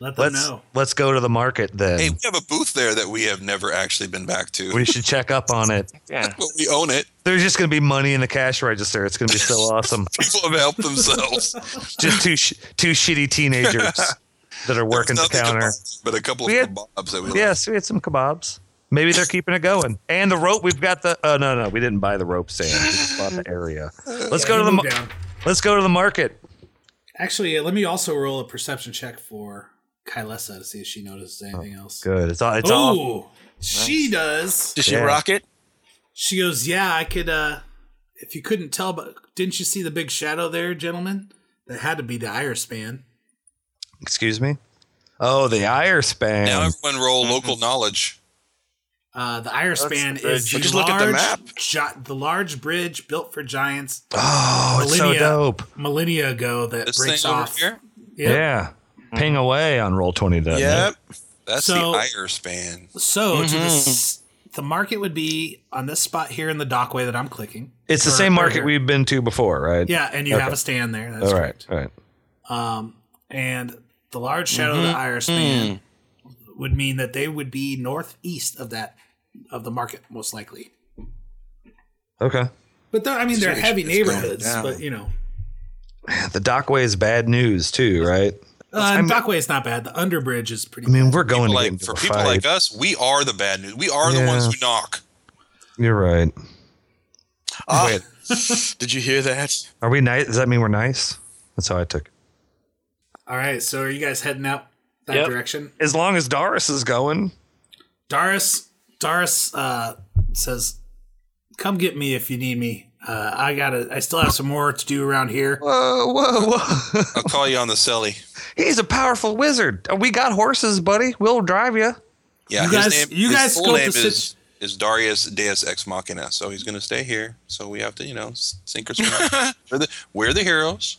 [SPEAKER 4] Let them
[SPEAKER 7] Let's
[SPEAKER 4] know.
[SPEAKER 7] let's go to the market then.
[SPEAKER 6] Hey, we have a booth there that we have never actually been back to.
[SPEAKER 7] We should check up on it.
[SPEAKER 8] Yeah.
[SPEAKER 6] [laughs] but we own it.
[SPEAKER 7] There's just gonna be money in the cash register. It's gonna be
[SPEAKER 9] [laughs]
[SPEAKER 7] so awesome.
[SPEAKER 6] People have helped themselves.
[SPEAKER 7] just two sh- two shitty
[SPEAKER 9] [laughs]
[SPEAKER 7] teenagers that are working the
[SPEAKER 6] Nothing
[SPEAKER 7] counter.
[SPEAKER 6] about- but a couple of
[SPEAKER 7] We had-
[SPEAKER 6] kebabs that we left.
[SPEAKER 7] Yes, we had some kebabs. Maybe they're keeping it going. And the rope, we've got the. Oh no, no, we didn't buy the rope stand. We just bought the area. Let's go to the.
[SPEAKER 4] Move
[SPEAKER 7] mar-
[SPEAKER 4] down.
[SPEAKER 7] Let's go to the market.
[SPEAKER 4] Actually, uh, let me also roll a perception check for Kylesa to see if she notices anything else.
[SPEAKER 7] Good. It's all. It's all.
[SPEAKER 4] Oh, she does.
[SPEAKER 9] Does she
[SPEAKER 7] Yeah.
[SPEAKER 9] rock it?
[SPEAKER 4] She goes, "Yeah, I could." uh If you couldn't tell, but didn't you see the big shadow there, gentlemen? That had to be the Iris span.
[SPEAKER 7] Excuse me. Oh, the ire span.
[SPEAKER 6] Now everyone
[SPEAKER 7] Mhm.
[SPEAKER 6] roll local knowledge.
[SPEAKER 4] Uh, the Iris span
[SPEAKER 8] the bridge.
[SPEAKER 4] is
[SPEAKER 9] But
[SPEAKER 4] the
[SPEAKER 9] just look at the
[SPEAKER 4] large,
[SPEAKER 9] map.
[SPEAKER 4] gi- the large bridge built for giants
[SPEAKER 7] oh, it's so
[SPEAKER 4] millennia.
[SPEAKER 7] dope.
[SPEAKER 4] millennia ago that
[SPEAKER 6] This
[SPEAKER 4] breaks
[SPEAKER 6] thing over
[SPEAKER 4] off.
[SPEAKER 6] here.
[SPEAKER 4] Yep.
[SPEAKER 7] Yeah. Ping away on roll twenty. Doesn't It?
[SPEAKER 9] Yep.
[SPEAKER 6] That's
[SPEAKER 4] So-
[SPEAKER 6] the ire span.
[SPEAKER 4] So to
[SPEAKER 6] Mm-hmm.
[SPEAKER 4] this, the market would be on this spot here in the dockway that I'm clicking.
[SPEAKER 7] It's the
[SPEAKER 4] Or-
[SPEAKER 7] same
[SPEAKER 4] or
[SPEAKER 7] market
[SPEAKER 4] here.
[SPEAKER 7] we've been to before, right?
[SPEAKER 4] Yeah, and you have a stand there. That's
[SPEAKER 7] All
[SPEAKER 4] right.
[SPEAKER 7] right. All right.
[SPEAKER 4] Um, and the large shadow
[SPEAKER 6] Mm-hmm.
[SPEAKER 4] of the Irish man would mean that they would be northeast of that of the market most likely.
[SPEAKER 7] Okay.
[SPEAKER 4] But they're, I mean, they're heavy
[SPEAKER 6] it's going
[SPEAKER 4] neighborhoods.
[SPEAKER 6] down.
[SPEAKER 4] But you know,
[SPEAKER 7] The dockway is bad news too, right?
[SPEAKER 4] uh, Dockway is not bad. The underbridge is pretty.
[SPEAKER 7] I mean, we're going to get
[SPEAKER 6] Like
[SPEAKER 7] into
[SPEAKER 6] for
[SPEAKER 7] a
[SPEAKER 6] people
[SPEAKER 7] fight.
[SPEAKER 6] like us, we are the bad news. We are the
[SPEAKER 7] Yeah.
[SPEAKER 6] ones who knock.
[SPEAKER 7] You're right.
[SPEAKER 9] Ah, Did you hear that?
[SPEAKER 7] Are we nice? Does that mean we're nice? That's how I took. it.
[SPEAKER 4] All right, so are you guys heading out that
[SPEAKER 8] Yep.
[SPEAKER 4] direction?
[SPEAKER 7] As long as Doris is going,
[SPEAKER 4] Doris, Doris uh, says, "Come get me if you need me. Uh, I gotta. I still have some more to do around here.
[SPEAKER 7] Whoa, whoa, whoa. [laughs]
[SPEAKER 6] I'll call you on the celly.
[SPEAKER 7] He's a powerful wizard. Uh, We got horses, buddy. We'll drive you.
[SPEAKER 6] Yeah,
[SPEAKER 4] You
[SPEAKER 6] his
[SPEAKER 4] guys-
[SPEAKER 6] name,
[SPEAKER 4] you
[SPEAKER 6] his
[SPEAKER 4] guys
[SPEAKER 6] full
[SPEAKER 4] scoped
[SPEAKER 6] name
[SPEAKER 4] the
[SPEAKER 6] is, is Darius Deus Ex Machina, so he's going to stay here. So we have to, you know, s-
[SPEAKER 4] [laughs]
[SPEAKER 6] sink or swim. we're, the, we're the heroes.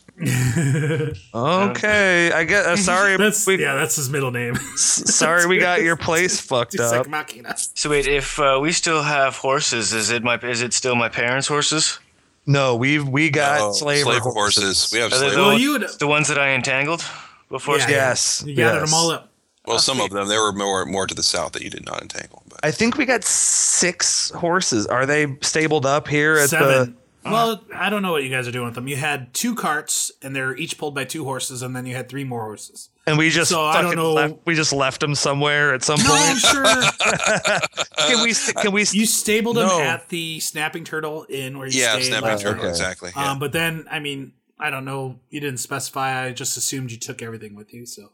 [SPEAKER 7] Okay, I get. Uh, sorry,
[SPEAKER 4] [laughs] That's
[SPEAKER 7] we,
[SPEAKER 4] yeah. That's his middle name. [laughs]
[SPEAKER 7] sorry, we got your place fucked
[SPEAKER 4] Deus Ex
[SPEAKER 7] up.
[SPEAKER 4] Machina.
[SPEAKER 8] So wait, if uh, we still have horses, is it my is it still my parents' horses?
[SPEAKER 7] No, we we got
[SPEAKER 6] Oh,
[SPEAKER 7] slave,
[SPEAKER 6] horses. We have
[SPEAKER 8] Are they
[SPEAKER 6] slave.
[SPEAKER 8] the,
[SPEAKER 4] Well,
[SPEAKER 8] ones-
[SPEAKER 4] you would-
[SPEAKER 8] the ones that I entangled before?
[SPEAKER 4] Yeah.
[SPEAKER 7] Yes,
[SPEAKER 4] You gathered
[SPEAKER 7] yes.
[SPEAKER 4] them all up.
[SPEAKER 6] Well, some of them. There were more more to the south that you did not entangle. But
[SPEAKER 7] I think we got six horses. Are they stabled up here at
[SPEAKER 4] Seven. well, I don't know what you guys are doing with them. You had two carts, and they're each pulled by two horses, and then you had three more horses.
[SPEAKER 7] the? And we just
[SPEAKER 4] So, I don't
[SPEAKER 7] fucking
[SPEAKER 4] know.
[SPEAKER 7] Left, we just left them somewhere at some
[SPEAKER 4] No,
[SPEAKER 7] point.
[SPEAKER 4] I'm sure
[SPEAKER 7] [laughs] Can we? st- Can we?
[SPEAKER 4] [laughs]
[SPEAKER 7] st-
[SPEAKER 4] you stabled them
[SPEAKER 6] No.
[SPEAKER 4] at the Snapping Turtle Inn where you
[SPEAKER 6] yeah,
[SPEAKER 4] stayed
[SPEAKER 6] snapping
[SPEAKER 4] last
[SPEAKER 6] turtle.
[SPEAKER 4] night.
[SPEAKER 6] Exactly.
[SPEAKER 4] Um,
[SPEAKER 6] Yeah.
[SPEAKER 4] But then, I mean, I don't know. You didn't specify. I just assumed you took everything with you. So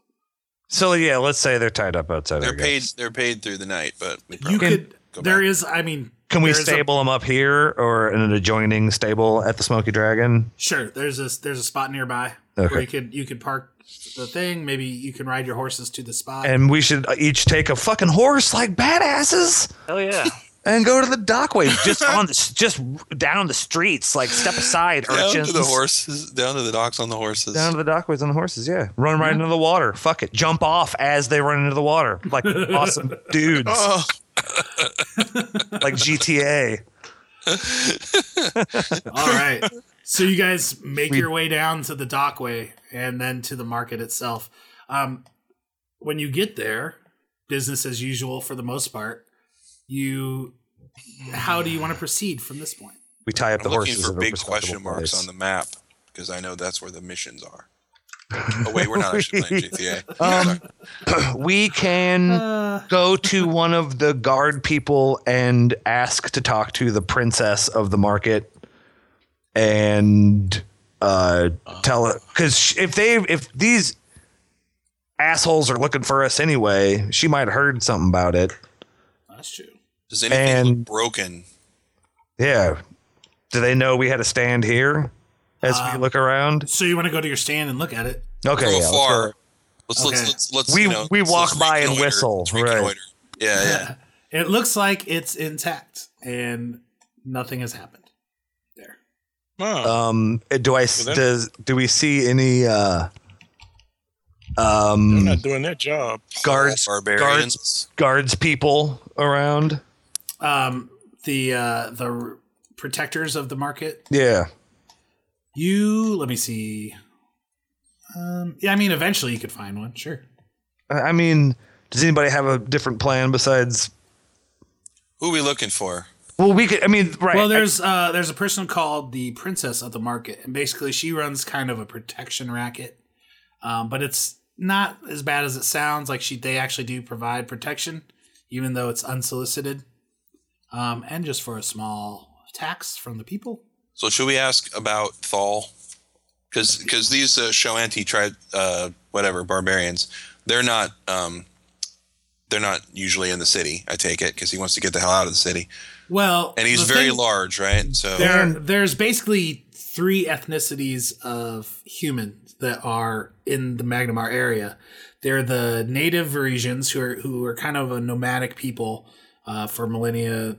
[SPEAKER 7] so yeah, let's say they're tied up outside.
[SPEAKER 6] they're
[SPEAKER 7] I guess.
[SPEAKER 6] paid. They're paid through the night, but we
[SPEAKER 4] you
[SPEAKER 6] probably
[SPEAKER 4] could.
[SPEAKER 6] go
[SPEAKER 4] There
[SPEAKER 6] back.
[SPEAKER 4] is. I mean,
[SPEAKER 7] Can we
[SPEAKER 4] there is a-
[SPEAKER 7] stable them up here or in an adjoining stable at the Smoky Dragon?
[SPEAKER 4] Sure, there's a there's a spot nearby
[SPEAKER 7] Okay.
[SPEAKER 4] where you could you could park the thing. Maybe you can ride your horses to the spot.
[SPEAKER 7] And we should uh, each take a fucking horse like badasses.
[SPEAKER 8] Hell Oh, yeah!
[SPEAKER 7] and go to the dockway [laughs] just on the just down the streets like step aside
[SPEAKER 6] down
[SPEAKER 7] urchins
[SPEAKER 6] to the horses, down to the docks on the horses.
[SPEAKER 7] down to the dockways on the horses yeah run right into the water fuck it jump off as they run into the water [laughs] like awesome dudes
[SPEAKER 6] Oh,
[SPEAKER 7] like gta
[SPEAKER 4] [laughs] All right. So you guys make your way down to the dockway and then to the market itself. Um, when you get there, business as usual for the most part. You, how do you want to proceed from this point?
[SPEAKER 7] we tie up
[SPEAKER 6] I'm
[SPEAKER 7] the
[SPEAKER 6] looking
[SPEAKER 7] horses
[SPEAKER 6] for
[SPEAKER 7] at a
[SPEAKER 6] big
[SPEAKER 7] respectable
[SPEAKER 6] question marks
[SPEAKER 7] place.
[SPEAKER 6] on the map because I know that's where the
[SPEAKER 7] [laughs]
[SPEAKER 6] missions are. Oh wait, we're not actually playing GTA.
[SPEAKER 7] Um, we can go to one of the guard people and ask to talk to the princess of the market and uh, tell her because if they if these assholes are looking for us anyway, she might have heard something about it.
[SPEAKER 4] That's true.
[SPEAKER 6] Does anything look
[SPEAKER 7] And-
[SPEAKER 6] broken?
[SPEAKER 7] Yeah, do they know we had a stand here as we look around?
[SPEAKER 4] So you want to go to your stand and look at it.
[SPEAKER 7] Okay,
[SPEAKER 6] Go
[SPEAKER 7] yeah, let's go.
[SPEAKER 6] far. Let's let's
[SPEAKER 4] Okay.
[SPEAKER 6] let's, let's
[SPEAKER 7] We-
[SPEAKER 6] you know,
[SPEAKER 7] we
[SPEAKER 6] let's-
[SPEAKER 7] walk
[SPEAKER 6] let's
[SPEAKER 7] by and
[SPEAKER 6] reconnoiter.
[SPEAKER 7] whistle,
[SPEAKER 6] Let's
[SPEAKER 7] right.
[SPEAKER 6] reconnoiter. Yeah, yeah.
[SPEAKER 4] It looks like it's intact and nothing has happened. There.
[SPEAKER 9] Wow.
[SPEAKER 7] Um, do I s
[SPEAKER 9] Well, then-
[SPEAKER 7] does do we see any uh um
[SPEAKER 9] They're not doing their job.
[SPEAKER 7] [laughs] guards
[SPEAKER 6] barbarians.
[SPEAKER 7] guards people around?
[SPEAKER 4] Um, the uh, the protectors of the market
[SPEAKER 7] Yeah.
[SPEAKER 4] You let me see. Um, yeah, I mean, eventually you could find one, sure.
[SPEAKER 7] I I mean, does anybody have a different plan besides
[SPEAKER 6] Who we looking for?
[SPEAKER 7] Well, we could I mean, right.
[SPEAKER 4] Well, there's uh, there's a person called the Princess of the Market, and basically she runs kind of a protection racket, um, but it's not as bad as it sounds. Like she, they actually do provide protection, even though it's unsolicited, um, and just for a small tax from the people.
[SPEAKER 6] So should we ask about Thal? Because these uh, Shoanti tried uh, whatever barbarians, they're not um, they're not usually in the city. I take it because he wants to get the hell out of the city,
[SPEAKER 4] Well,
[SPEAKER 6] and he's
[SPEAKER 4] the
[SPEAKER 6] very
[SPEAKER 4] thing-
[SPEAKER 6] large, right? So
[SPEAKER 4] There, there's basically three ethnicities of humans that are in the Magnemar area. They're the native Varisians who are who are kind of a nomadic people uh, for millennia,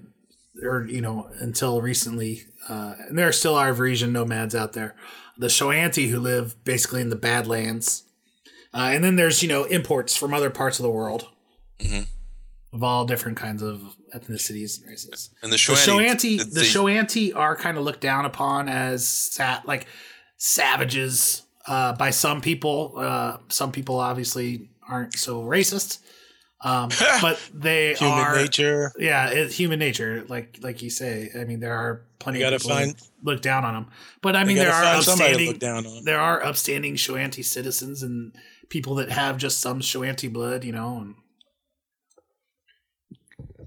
[SPEAKER 4] or you know, until recently. Uh, and there still are Varisian nomads out there. The Shoanti who live basically in the Badlands, uh, and then there's you know imports from other parts of the world. Of all different kinds of ethnicities and races
[SPEAKER 6] and the
[SPEAKER 4] the
[SPEAKER 6] Shoanti,
[SPEAKER 4] Shoanti the Shoanti are kind of looked down upon as sat like savages uh, by some people. Uh, some people obviously aren't so racist,
[SPEAKER 9] [laughs]
[SPEAKER 4] um, but they
[SPEAKER 9] Human
[SPEAKER 4] are.
[SPEAKER 9] nature.
[SPEAKER 4] Yeah, it, human nature, like like you say. I mean, there are plenty
[SPEAKER 9] You
[SPEAKER 4] of
[SPEAKER 9] gotta
[SPEAKER 4] people
[SPEAKER 9] find-
[SPEAKER 4] who look down on them, but I mean,
[SPEAKER 9] gotta
[SPEAKER 4] there are
[SPEAKER 9] find somebody to
[SPEAKER 4] upstanding.
[SPEAKER 9] look down on.
[SPEAKER 4] There are upstanding Shoanti citizens and people that have just some Shoanti blood, you know. And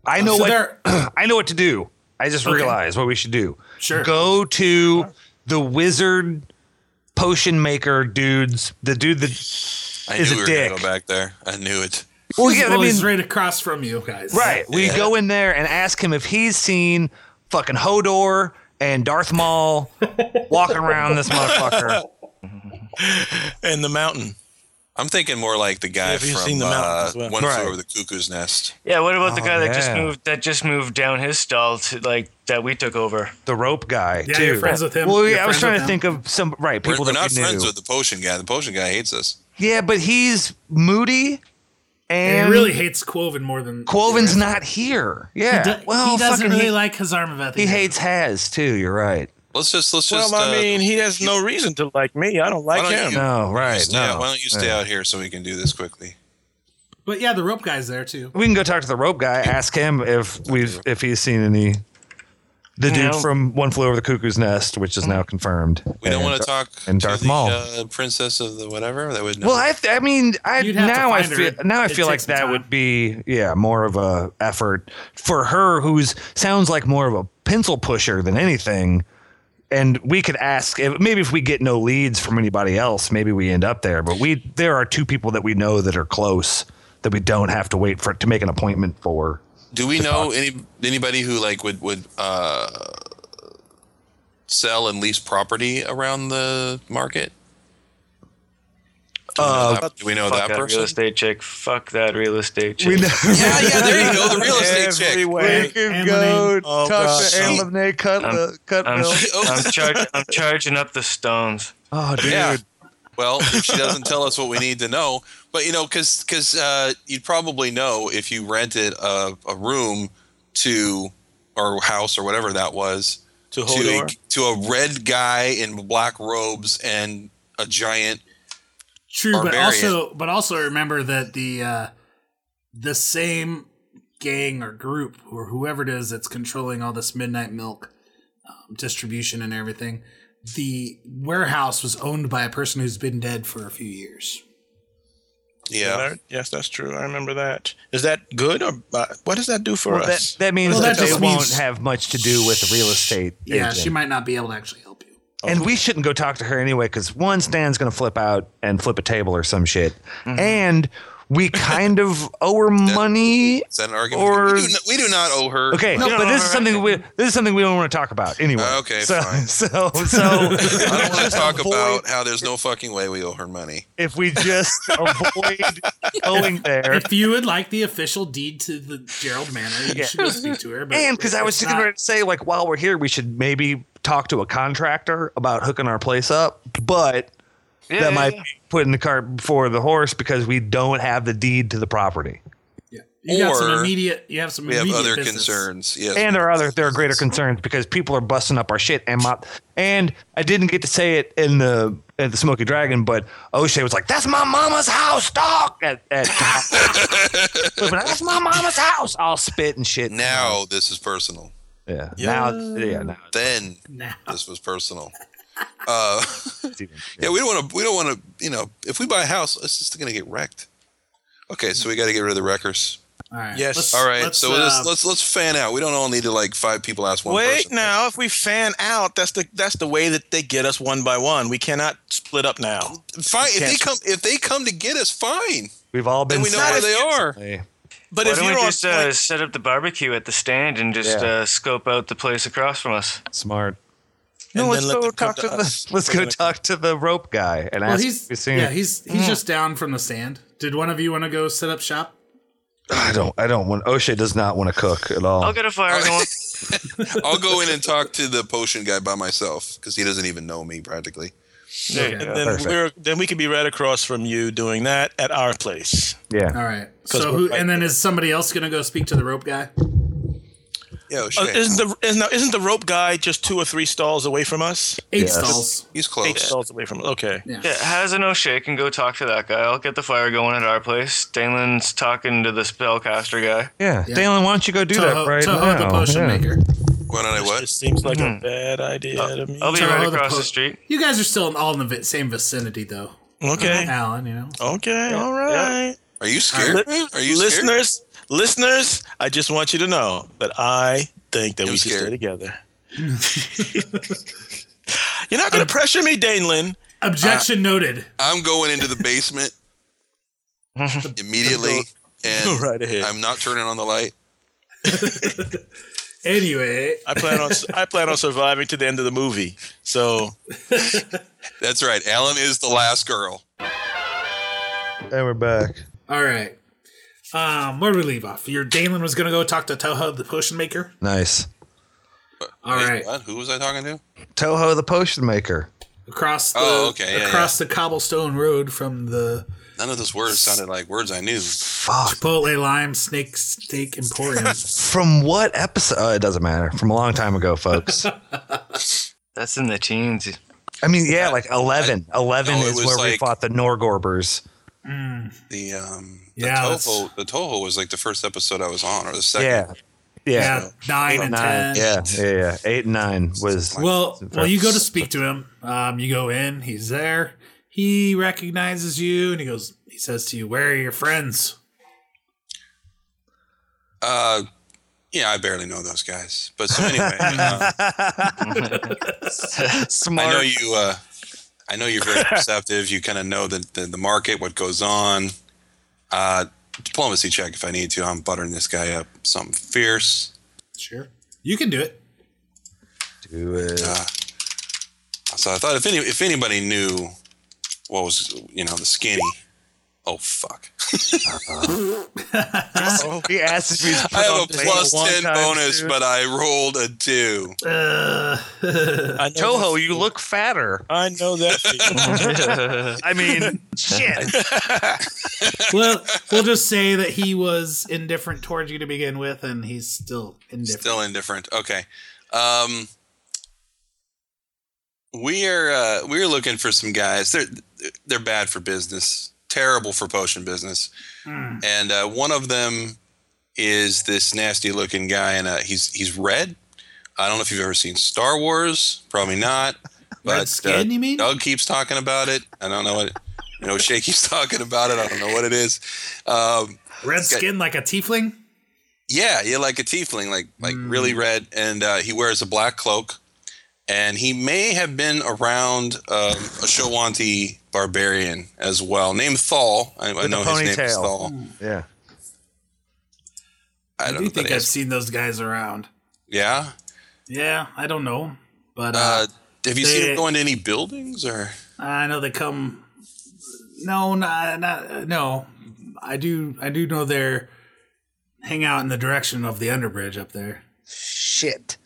[SPEAKER 7] I know
[SPEAKER 4] so
[SPEAKER 7] what
[SPEAKER 4] there-
[SPEAKER 7] I know what to do. I just realized what we should do.
[SPEAKER 4] sure,
[SPEAKER 7] Go to the wizard potion maker dudes, the dude that
[SPEAKER 6] I
[SPEAKER 7] is a
[SPEAKER 6] knew we were gonna
[SPEAKER 7] dick.
[SPEAKER 6] go back there. I knew it.
[SPEAKER 7] Well, yeah, I
[SPEAKER 4] Well, he's
[SPEAKER 7] mean,
[SPEAKER 4] right across from you guys,
[SPEAKER 7] Right. We go in there and ask him if he's seen fucking Hodor and Darth Maul walking around this motherfucker.
[SPEAKER 6] [laughs]
[SPEAKER 9] and the mountain.
[SPEAKER 6] I'm thinking more like the guy
[SPEAKER 9] Yeah, have you
[SPEAKER 6] from
[SPEAKER 9] seen The Mountain
[SPEAKER 6] uh,
[SPEAKER 9] as well?
[SPEAKER 6] One
[SPEAKER 7] Right.
[SPEAKER 6] Flew Over the Cuckoo's Nest.
[SPEAKER 8] Yeah, what about the
[SPEAKER 7] Oh,
[SPEAKER 8] guy that just
[SPEAKER 7] yeah.
[SPEAKER 8] moved that just moved down his stall to like that we took over?
[SPEAKER 7] The rope guy.
[SPEAKER 4] Yeah,
[SPEAKER 7] too.
[SPEAKER 4] you're friends with him.
[SPEAKER 7] Well,
[SPEAKER 4] You're
[SPEAKER 7] yeah, I was
[SPEAKER 4] friends
[SPEAKER 7] trying
[SPEAKER 4] with
[SPEAKER 7] to
[SPEAKER 4] him.
[SPEAKER 7] think of some right
[SPEAKER 6] We're,
[SPEAKER 7] people
[SPEAKER 6] we're
[SPEAKER 7] that
[SPEAKER 6] not
[SPEAKER 7] we
[SPEAKER 6] friends
[SPEAKER 7] knew.
[SPEAKER 6] with the potion guy. The potion guy hates us.
[SPEAKER 7] Yeah, but he's moody, and,
[SPEAKER 4] And he really hates Quoven more than
[SPEAKER 7] Quoven's not here. Yeah,
[SPEAKER 4] Do-
[SPEAKER 7] well,
[SPEAKER 4] he doesn't
[SPEAKER 7] fucking
[SPEAKER 4] really
[SPEAKER 7] he,
[SPEAKER 4] like Hazarmaveth.
[SPEAKER 7] he
[SPEAKER 4] either.
[SPEAKER 7] hates Has too. You're right.
[SPEAKER 6] Let's just let's
[SPEAKER 9] Well,
[SPEAKER 6] just.
[SPEAKER 9] I
[SPEAKER 6] uh,
[SPEAKER 9] mean, he has no reason to like me. I don't like
[SPEAKER 6] Why don't
[SPEAKER 9] him.
[SPEAKER 6] you-
[SPEAKER 7] No, right.
[SPEAKER 6] stay
[SPEAKER 7] No.
[SPEAKER 6] out- why don't you stay
[SPEAKER 7] Yeah.
[SPEAKER 6] out here so we can do this quickly?
[SPEAKER 4] But yeah, the rope guy's there too.
[SPEAKER 7] We can go talk to the rope guy. Ask him if we've if he's seen any. The dude
[SPEAKER 8] No.
[SPEAKER 7] from One Flew Over the Cuckoo's Nest, which
[SPEAKER 4] Mm.
[SPEAKER 7] is now confirmed.
[SPEAKER 6] We don't
[SPEAKER 7] And-
[SPEAKER 6] want to talk
[SPEAKER 7] and
[SPEAKER 6] to
[SPEAKER 7] Darth
[SPEAKER 6] the
[SPEAKER 7] Maul.
[SPEAKER 6] uh, princess of the whatever. That would know.
[SPEAKER 7] Well, I, th- I mean, I
[SPEAKER 4] You'd have to
[SPEAKER 7] now I
[SPEAKER 4] find her.
[SPEAKER 7] feel now I
[SPEAKER 4] It
[SPEAKER 7] feel like
[SPEAKER 4] takes some
[SPEAKER 7] that
[SPEAKER 4] time.
[SPEAKER 7] would be yeah more of a effort for her, who's sounds like more of a pencil pusher than anything. And we could ask if, maybe if we get no leads from anybody else, maybe we end up there. But we there are two people that we know that are close that we don't have to wait for to make an appointment for.
[SPEAKER 6] do we know any anybody who like would would uh, sell and lease property around the market? Do we know
[SPEAKER 7] Uh,
[SPEAKER 6] that- do we know
[SPEAKER 8] Fuck
[SPEAKER 6] that person?
[SPEAKER 8] real estate chick. Fuck that real estate chick.
[SPEAKER 7] [laughs]
[SPEAKER 6] yeah, yeah. There you go. The real estate chick.
[SPEAKER 4] We could go
[SPEAKER 9] Oh, talk God. to
[SPEAKER 6] She-
[SPEAKER 8] I'm,
[SPEAKER 4] [laughs]
[SPEAKER 8] I'm, char- I'm charging up the stones.
[SPEAKER 7] Oh, dude.
[SPEAKER 6] Yeah. Well, if she doesn't tell us what we need to know, but you know, because uh, you'd probably know if you rented a, a room to or house or whatever that was
[SPEAKER 9] To
[SPEAKER 6] to a,
[SPEAKER 9] Hodor?
[SPEAKER 6] to a red guy in black robes and a giant.
[SPEAKER 4] True, but
[SPEAKER 6] Barbarian.
[SPEAKER 4] also but also remember that the uh the same gang or group or whoever it is that's controlling all this midnight milk um, distribution and everything, the warehouse was owned by a person who's been dead for a few years.
[SPEAKER 6] Yeah,
[SPEAKER 9] That- Yes, that's true. I remember that. Is that good or uh, what does that do for
[SPEAKER 7] Well, that,
[SPEAKER 9] us?
[SPEAKER 7] that means
[SPEAKER 4] Well,
[SPEAKER 7] that,
[SPEAKER 4] that
[SPEAKER 7] they
[SPEAKER 4] just
[SPEAKER 7] won't
[SPEAKER 4] means-
[SPEAKER 7] have much to do with the real estate.
[SPEAKER 4] Yeah,
[SPEAKER 7] agent.
[SPEAKER 4] she might not be able to actually help you.
[SPEAKER 7] And we shouldn't go talk to her anyway because one, Stan's going to flip out and flip a table or some shit.
[SPEAKER 6] Mm-hmm.
[SPEAKER 7] And
[SPEAKER 6] [laughs]
[SPEAKER 7] we kind of owe her money.
[SPEAKER 6] is that an argument?
[SPEAKER 7] Or-
[SPEAKER 6] we, do not, we do not owe her.
[SPEAKER 7] Okay,
[SPEAKER 8] No,
[SPEAKER 7] but
[SPEAKER 8] no,
[SPEAKER 7] this
[SPEAKER 8] no,
[SPEAKER 7] is something we this is something we don't want to talk about anyway.
[SPEAKER 6] Uh, okay,
[SPEAKER 7] so
[SPEAKER 6] fine.
[SPEAKER 7] [laughs]
[SPEAKER 6] [laughs]
[SPEAKER 7] so so
[SPEAKER 6] I don't
[SPEAKER 7] [laughs]
[SPEAKER 6] want to talk
[SPEAKER 7] Avoid-
[SPEAKER 6] about how there's no fucking way we owe her money.
[SPEAKER 7] if we just avoid
[SPEAKER 6] [laughs]
[SPEAKER 7] going there,
[SPEAKER 4] If you would like the official deed to the Gerald Manor, you
[SPEAKER 7] Yeah.
[SPEAKER 4] should go speak to her. But
[SPEAKER 7] and because I was
[SPEAKER 4] it's
[SPEAKER 7] thinking
[SPEAKER 4] not-
[SPEAKER 7] to say like while we're here, we should maybe talk to a contractor about hooking our place up, but
[SPEAKER 8] Yeah,
[SPEAKER 7] that
[SPEAKER 8] yeah,
[SPEAKER 7] might
[SPEAKER 8] yeah.
[SPEAKER 7] be putting the cart before the horse because we don't have the deed to the property.
[SPEAKER 4] yeah. you got some
[SPEAKER 6] Or
[SPEAKER 4] immediate you have some
[SPEAKER 6] We have
[SPEAKER 4] immediate
[SPEAKER 6] other
[SPEAKER 4] business.
[SPEAKER 6] concerns. Yes,
[SPEAKER 7] and there are other there are greater concerns because people are busting up our shit and my and I didn't get to say it in the at the Smoky Dragon, but O'Shea was like, "That's my mama's house, dog." At, at
[SPEAKER 6] [laughs]
[SPEAKER 7] that's my mama's house. I'll spit and shit.
[SPEAKER 6] now this is personal.
[SPEAKER 7] yeah, now, yeah, now.
[SPEAKER 6] Then
[SPEAKER 4] Now
[SPEAKER 6] this was personal.
[SPEAKER 4] [laughs]
[SPEAKER 6] Uh, [laughs] yeah, we don't want to. We don't want to. You know, if we buy a house, it's just going to get wrecked. Okay, so we got to get rid of the wreckers.
[SPEAKER 4] all right.
[SPEAKER 9] Yes.
[SPEAKER 4] Let's-
[SPEAKER 6] All right,
[SPEAKER 4] let's,
[SPEAKER 6] so let's,
[SPEAKER 4] uh,
[SPEAKER 6] let's let's fan out. We don't all need to like five people ask one
[SPEAKER 9] Wait
[SPEAKER 6] person.
[SPEAKER 9] now, if we fan out, that's the that's the way that they get us one by one. We cannot split up now.
[SPEAKER 6] Fine, if
[SPEAKER 9] Yes.
[SPEAKER 6] they come if they come to get us, fine.
[SPEAKER 7] We've all been
[SPEAKER 6] Then we know
[SPEAKER 9] Not
[SPEAKER 6] where
[SPEAKER 9] if
[SPEAKER 6] they are.
[SPEAKER 7] they are.
[SPEAKER 9] But
[SPEAKER 8] Why
[SPEAKER 9] if
[SPEAKER 8] don't
[SPEAKER 9] you're
[SPEAKER 8] we
[SPEAKER 9] on
[SPEAKER 8] just
[SPEAKER 9] point-
[SPEAKER 8] uh, set up the barbecue at the stand and just
[SPEAKER 7] Yeah.
[SPEAKER 8] uh, scope out the place across from us?
[SPEAKER 7] smart.
[SPEAKER 9] And
[SPEAKER 7] No,
[SPEAKER 9] then
[SPEAKER 7] let's
[SPEAKER 9] let
[SPEAKER 7] go
[SPEAKER 9] them come
[SPEAKER 7] talk
[SPEAKER 9] to
[SPEAKER 7] to,
[SPEAKER 9] us.
[SPEAKER 7] the [laughs] let's go talk to the rope guy and
[SPEAKER 4] Well,
[SPEAKER 7] ask.
[SPEAKER 4] he's
[SPEAKER 7] if he's seen
[SPEAKER 4] yeah,
[SPEAKER 7] it.
[SPEAKER 4] he's he's just down from the sand. Did one of you want to go set up shop?
[SPEAKER 7] I don't. I don't want. O'Shea does not want to cook at all.
[SPEAKER 8] I'll get a
[SPEAKER 4] Oh.
[SPEAKER 8] fire
[SPEAKER 4] [laughs]
[SPEAKER 8] going.
[SPEAKER 6] I'll go in and talk to the potion guy by myself because he doesn't even know me practically.
[SPEAKER 8] There you
[SPEAKER 4] Okay.
[SPEAKER 8] go.
[SPEAKER 9] then
[SPEAKER 7] Perfect.
[SPEAKER 9] we're then we could be right across from you doing that at our place.
[SPEAKER 7] yeah.
[SPEAKER 4] All right. So who and then is somebody else going to go speak to the rope guy?
[SPEAKER 6] Yeah, oh,
[SPEAKER 9] Uh,
[SPEAKER 6] shit.
[SPEAKER 9] isn't the is, now isn't the rope guy just two or three stalls away from us?
[SPEAKER 4] Eight
[SPEAKER 7] Yes.
[SPEAKER 4] stalls.
[SPEAKER 6] he's
[SPEAKER 9] Eight
[SPEAKER 6] close.
[SPEAKER 9] stalls away from us. Okay.
[SPEAKER 4] Yeah.
[SPEAKER 8] Yeah, has an O'Shea can go talk to that guy. I'll get the fire going at our place. Dalen's talking to the spellcaster guy.
[SPEAKER 7] Yeah. Dalen, why don't you go do
[SPEAKER 4] Toho,
[SPEAKER 7] that right
[SPEAKER 4] Toho
[SPEAKER 7] now?
[SPEAKER 4] the potion
[SPEAKER 7] Yeah.
[SPEAKER 4] maker.
[SPEAKER 6] Why don't I
[SPEAKER 9] This
[SPEAKER 6] what?
[SPEAKER 9] just seems like a bad idea to me.
[SPEAKER 8] I'll be
[SPEAKER 4] Toho
[SPEAKER 8] right
[SPEAKER 4] the
[SPEAKER 8] across
[SPEAKER 4] po-
[SPEAKER 8] the street.
[SPEAKER 4] You guys are still in all in the vi- same vicinity though.
[SPEAKER 9] okay.
[SPEAKER 4] Alan, you know.
[SPEAKER 9] Okay. All right.
[SPEAKER 6] Are you scared? man? Are you scared?
[SPEAKER 9] listeners? Listeners, I just want you to know that I think that
[SPEAKER 6] I'm
[SPEAKER 9] we should
[SPEAKER 6] scared.
[SPEAKER 9] stay together. You're not going to pressure me, Danelin.
[SPEAKER 4] Objection noted.
[SPEAKER 6] I'm going into the
[SPEAKER 9] [laughs]
[SPEAKER 6] basement immediately, and
[SPEAKER 9] Go right ahead.
[SPEAKER 6] I'm not turning on the light.
[SPEAKER 4] Anyway,
[SPEAKER 9] I plan on I plan on surviving to the end of the movie. So
[SPEAKER 6] That's right. Ellen is the last girl.
[SPEAKER 7] And we're back.
[SPEAKER 4] all right. Um, where do we leave off? Your Dalen was gonna go talk to Toho the potion maker.
[SPEAKER 7] Nice.
[SPEAKER 4] All
[SPEAKER 6] Wait,
[SPEAKER 4] right,
[SPEAKER 6] what? Who was I talking to?
[SPEAKER 7] Toho the potion maker.
[SPEAKER 4] across the
[SPEAKER 6] Oh, okay, yeah,
[SPEAKER 4] across the cobblestone road from the
[SPEAKER 6] None of those words sounded like words I knew.
[SPEAKER 7] Fuck.
[SPEAKER 4] Chipotle Lime Snake Steak
[SPEAKER 6] [laughs]
[SPEAKER 4] Emporium.
[SPEAKER 7] From what episode? Oh, it doesn't matter. From a long time
[SPEAKER 4] [laughs]
[SPEAKER 7] ago, folks.
[SPEAKER 8] That's in the teens.
[SPEAKER 7] I mean, yeah, like 11. 11
[SPEAKER 6] No, it
[SPEAKER 7] is
[SPEAKER 6] was
[SPEAKER 7] where we
[SPEAKER 6] like-
[SPEAKER 7] fought the Norgorbers.
[SPEAKER 6] The um, the
[SPEAKER 4] Yeah, that's-
[SPEAKER 6] Toho, the Toho was like the first episode I was on, or the second.
[SPEAKER 7] Yeah. Yeah.
[SPEAKER 4] yeah, nine and ten.
[SPEAKER 7] Nine. Yeah. Yeah. Yeah. Eight and nine was.
[SPEAKER 4] Well, well, you go to speak to him. Um, you go in. He's there. He recognizes you, and he goes. He says to you, "Where are your friends?"
[SPEAKER 6] Uh, yeah, I barely know those guys. But so anyway, [laughs] uh,
[SPEAKER 7] Smart.
[SPEAKER 6] I know you. Uh, I know you're very perceptive. You kind of know the, the the market, what goes on. Uh, diplomacy check if I need to. I'm buttering this guy up something fierce.
[SPEAKER 4] Sure, you can do it. [laughs]
[SPEAKER 7] Do it.
[SPEAKER 6] So I thought if any if anybody knew what was you know the skinny. Oh fuck!
[SPEAKER 7] [laughs] He asked if he's
[SPEAKER 6] I have a plus ten bonus, but I rolled a two.
[SPEAKER 4] Uh,
[SPEAKER 9] I know
[SPEAKER 7] Toho, you look fatter.
[SPEAKER 9] I know that.
[SPEAKER 7] [laughs]
[SPEAKER 9] feeling.
[SPEAKER 6] [laughs]
[SPEAKER 7] I mean, shit.
[SPEAKER 4] [laughs]
[SPEAKER 9] [laughs]
[SPEAKER 4] well, we'll just say that he was indifferent towards you to begin with, and he's still indifferent.
[SPEAKER 6] Still indifferent. Okay. Um, we are uh, we are looking for some guys. They're they're bad for business, terrible for potion business,
[SPEAKER 4] Hmm.
[SPEAKER 6] and uh, one of them is this nasty looking guy, and uh, he's he's red. I don't know if you've ever seen Star Wars. Probably not.
[SPEAKER 4] [laughs]
[SPEAKER 6] But,
[SPEAKER 4] Red skin,
[SPEAKER 6] uh,
[SPEAKER 4] you mean?
[SPEAKER 6] Doug keeps talking about it. I don't know what. It, you know, Shay keeps [laughs] talking about it. I don't know what it is. Um,
[SPEAKER 4] Red skin like a tiefling.
[SPEAKER 6] yeah, yeah, like a tiefling, like like really
[SPEAKER 4] Mm.
[SPEAKER 6] red, and uh, he wears a black cloak, and he may have been around um, a Shawanti barbarian as well, named Thal. I, I
[SPEAKER 7] a
[SPEAKER 6] know his name is
[SPEAKER 7] ponytail.
[SPEAKER 6] Thal.
[SPEAKER 7] Yeah.
[SPEAKER 6] I
[SPEAKER 4] I,
[SPEAKER 6] don't
[SPEAKER 4] do
[SPEAKER 6] know think
[SPEAKER 4] think
[SPEAKER 6] that
[SPEAKER 4] I've
[SPEAKER 6] is.
[SPEAKER 4] seen those guys around.
[SPEAKER 6] Yeah.
[SPEAKER 4] Yeah, I don't know, but uh,
[SPEAKER 6] Uh, have you
[SPEAKER 4] They-
[SPEAKER 6] seen him go into any buildings or?
[SPEAKER 4] I know they come. No, not, not no. I do. I do know they're hang out in the direction of the underbridge up there.
[SPEAKER 7] Shit.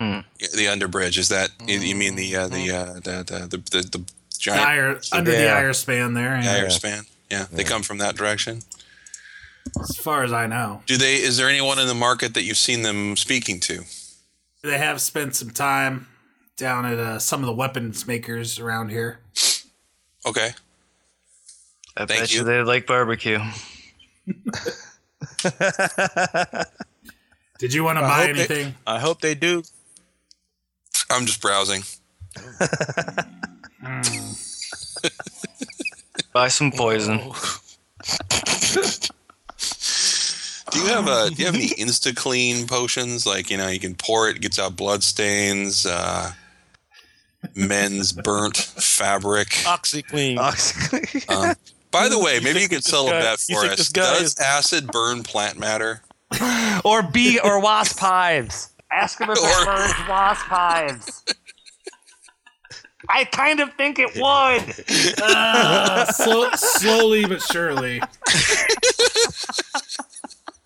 [SPEAKER 6] Yeah, The underbridge is that? you- You mean the uh,
[SPEAKER 4] Mm.
[SPEAKER 6] the, uh, the, the the the the
[SPEAKER 4] The
[SPEAKER 6] giant
[SPEAKER 4] ire, under the
[SPEAKER 7] Yeah.
[SPEAKER 4] ire span there. yeah.
[SPEAKER 6] iron span? Yeah, they come from that direction.
[SPEAKER 4] As far as I know,
[SPEAKER 6] Do they? Is there anyone in the market that you've seen them speaking to?
[SPEAKER 4] they have spent some time down at uh, some of the weapons makers around here.
[SPEAKER 6] Okay.
[SPEAKER 8] I
[SPEAKER 6] Thank
[SPEAKER 8] bet
[SPEAKER 6] you.
[SPEAKER 8] you they like barbecue.
[SPEAKER 4] Did you want to
[SPEAKER 9] I
[SPEAKER 4] buy
[SPEAKER 9] hope they-
[SPEAKER 4] anything?
[SPEAKER 9] I hope they do.
[SPEAKER 6] I'm just browsing.
[SPEAKER 8] Buy some poison.
[SPEAKER 6] Do you have a Do you have any Insta Clean potions? Like you know, you can pour it, it gets out blood stains, uh, men's burnt fabric.
[SPEAKER 9] OxyClean.
[SPEAKER 7] Oxy-
[SPEAKER 6] Um, by the way, maybe you could sell
[SPEAKER 9] guy-
[SPEAKER 6] a bet
[SPEAKER 9] you
[SPEAKER 6] for
[SPEAKER 9] think
[SPEAKER 6] us.
[SPEAKER 9] this guy
[SPEAKER 6] Does
[SPEAKER 9] is-
[SPEAKER 6] acid burn plant matter?
[SPEAKER 7] [laughs] or bee or wasp hives. Ask him if
[SPEAKER 6] Or-
[SPEAKER 7] it
[SPEAKER 6] [laughs]
[SPEAKER 7] burns wasp hives. I kind of think it would.
[SPEAKER 4] Uh, slow, slowly but surely.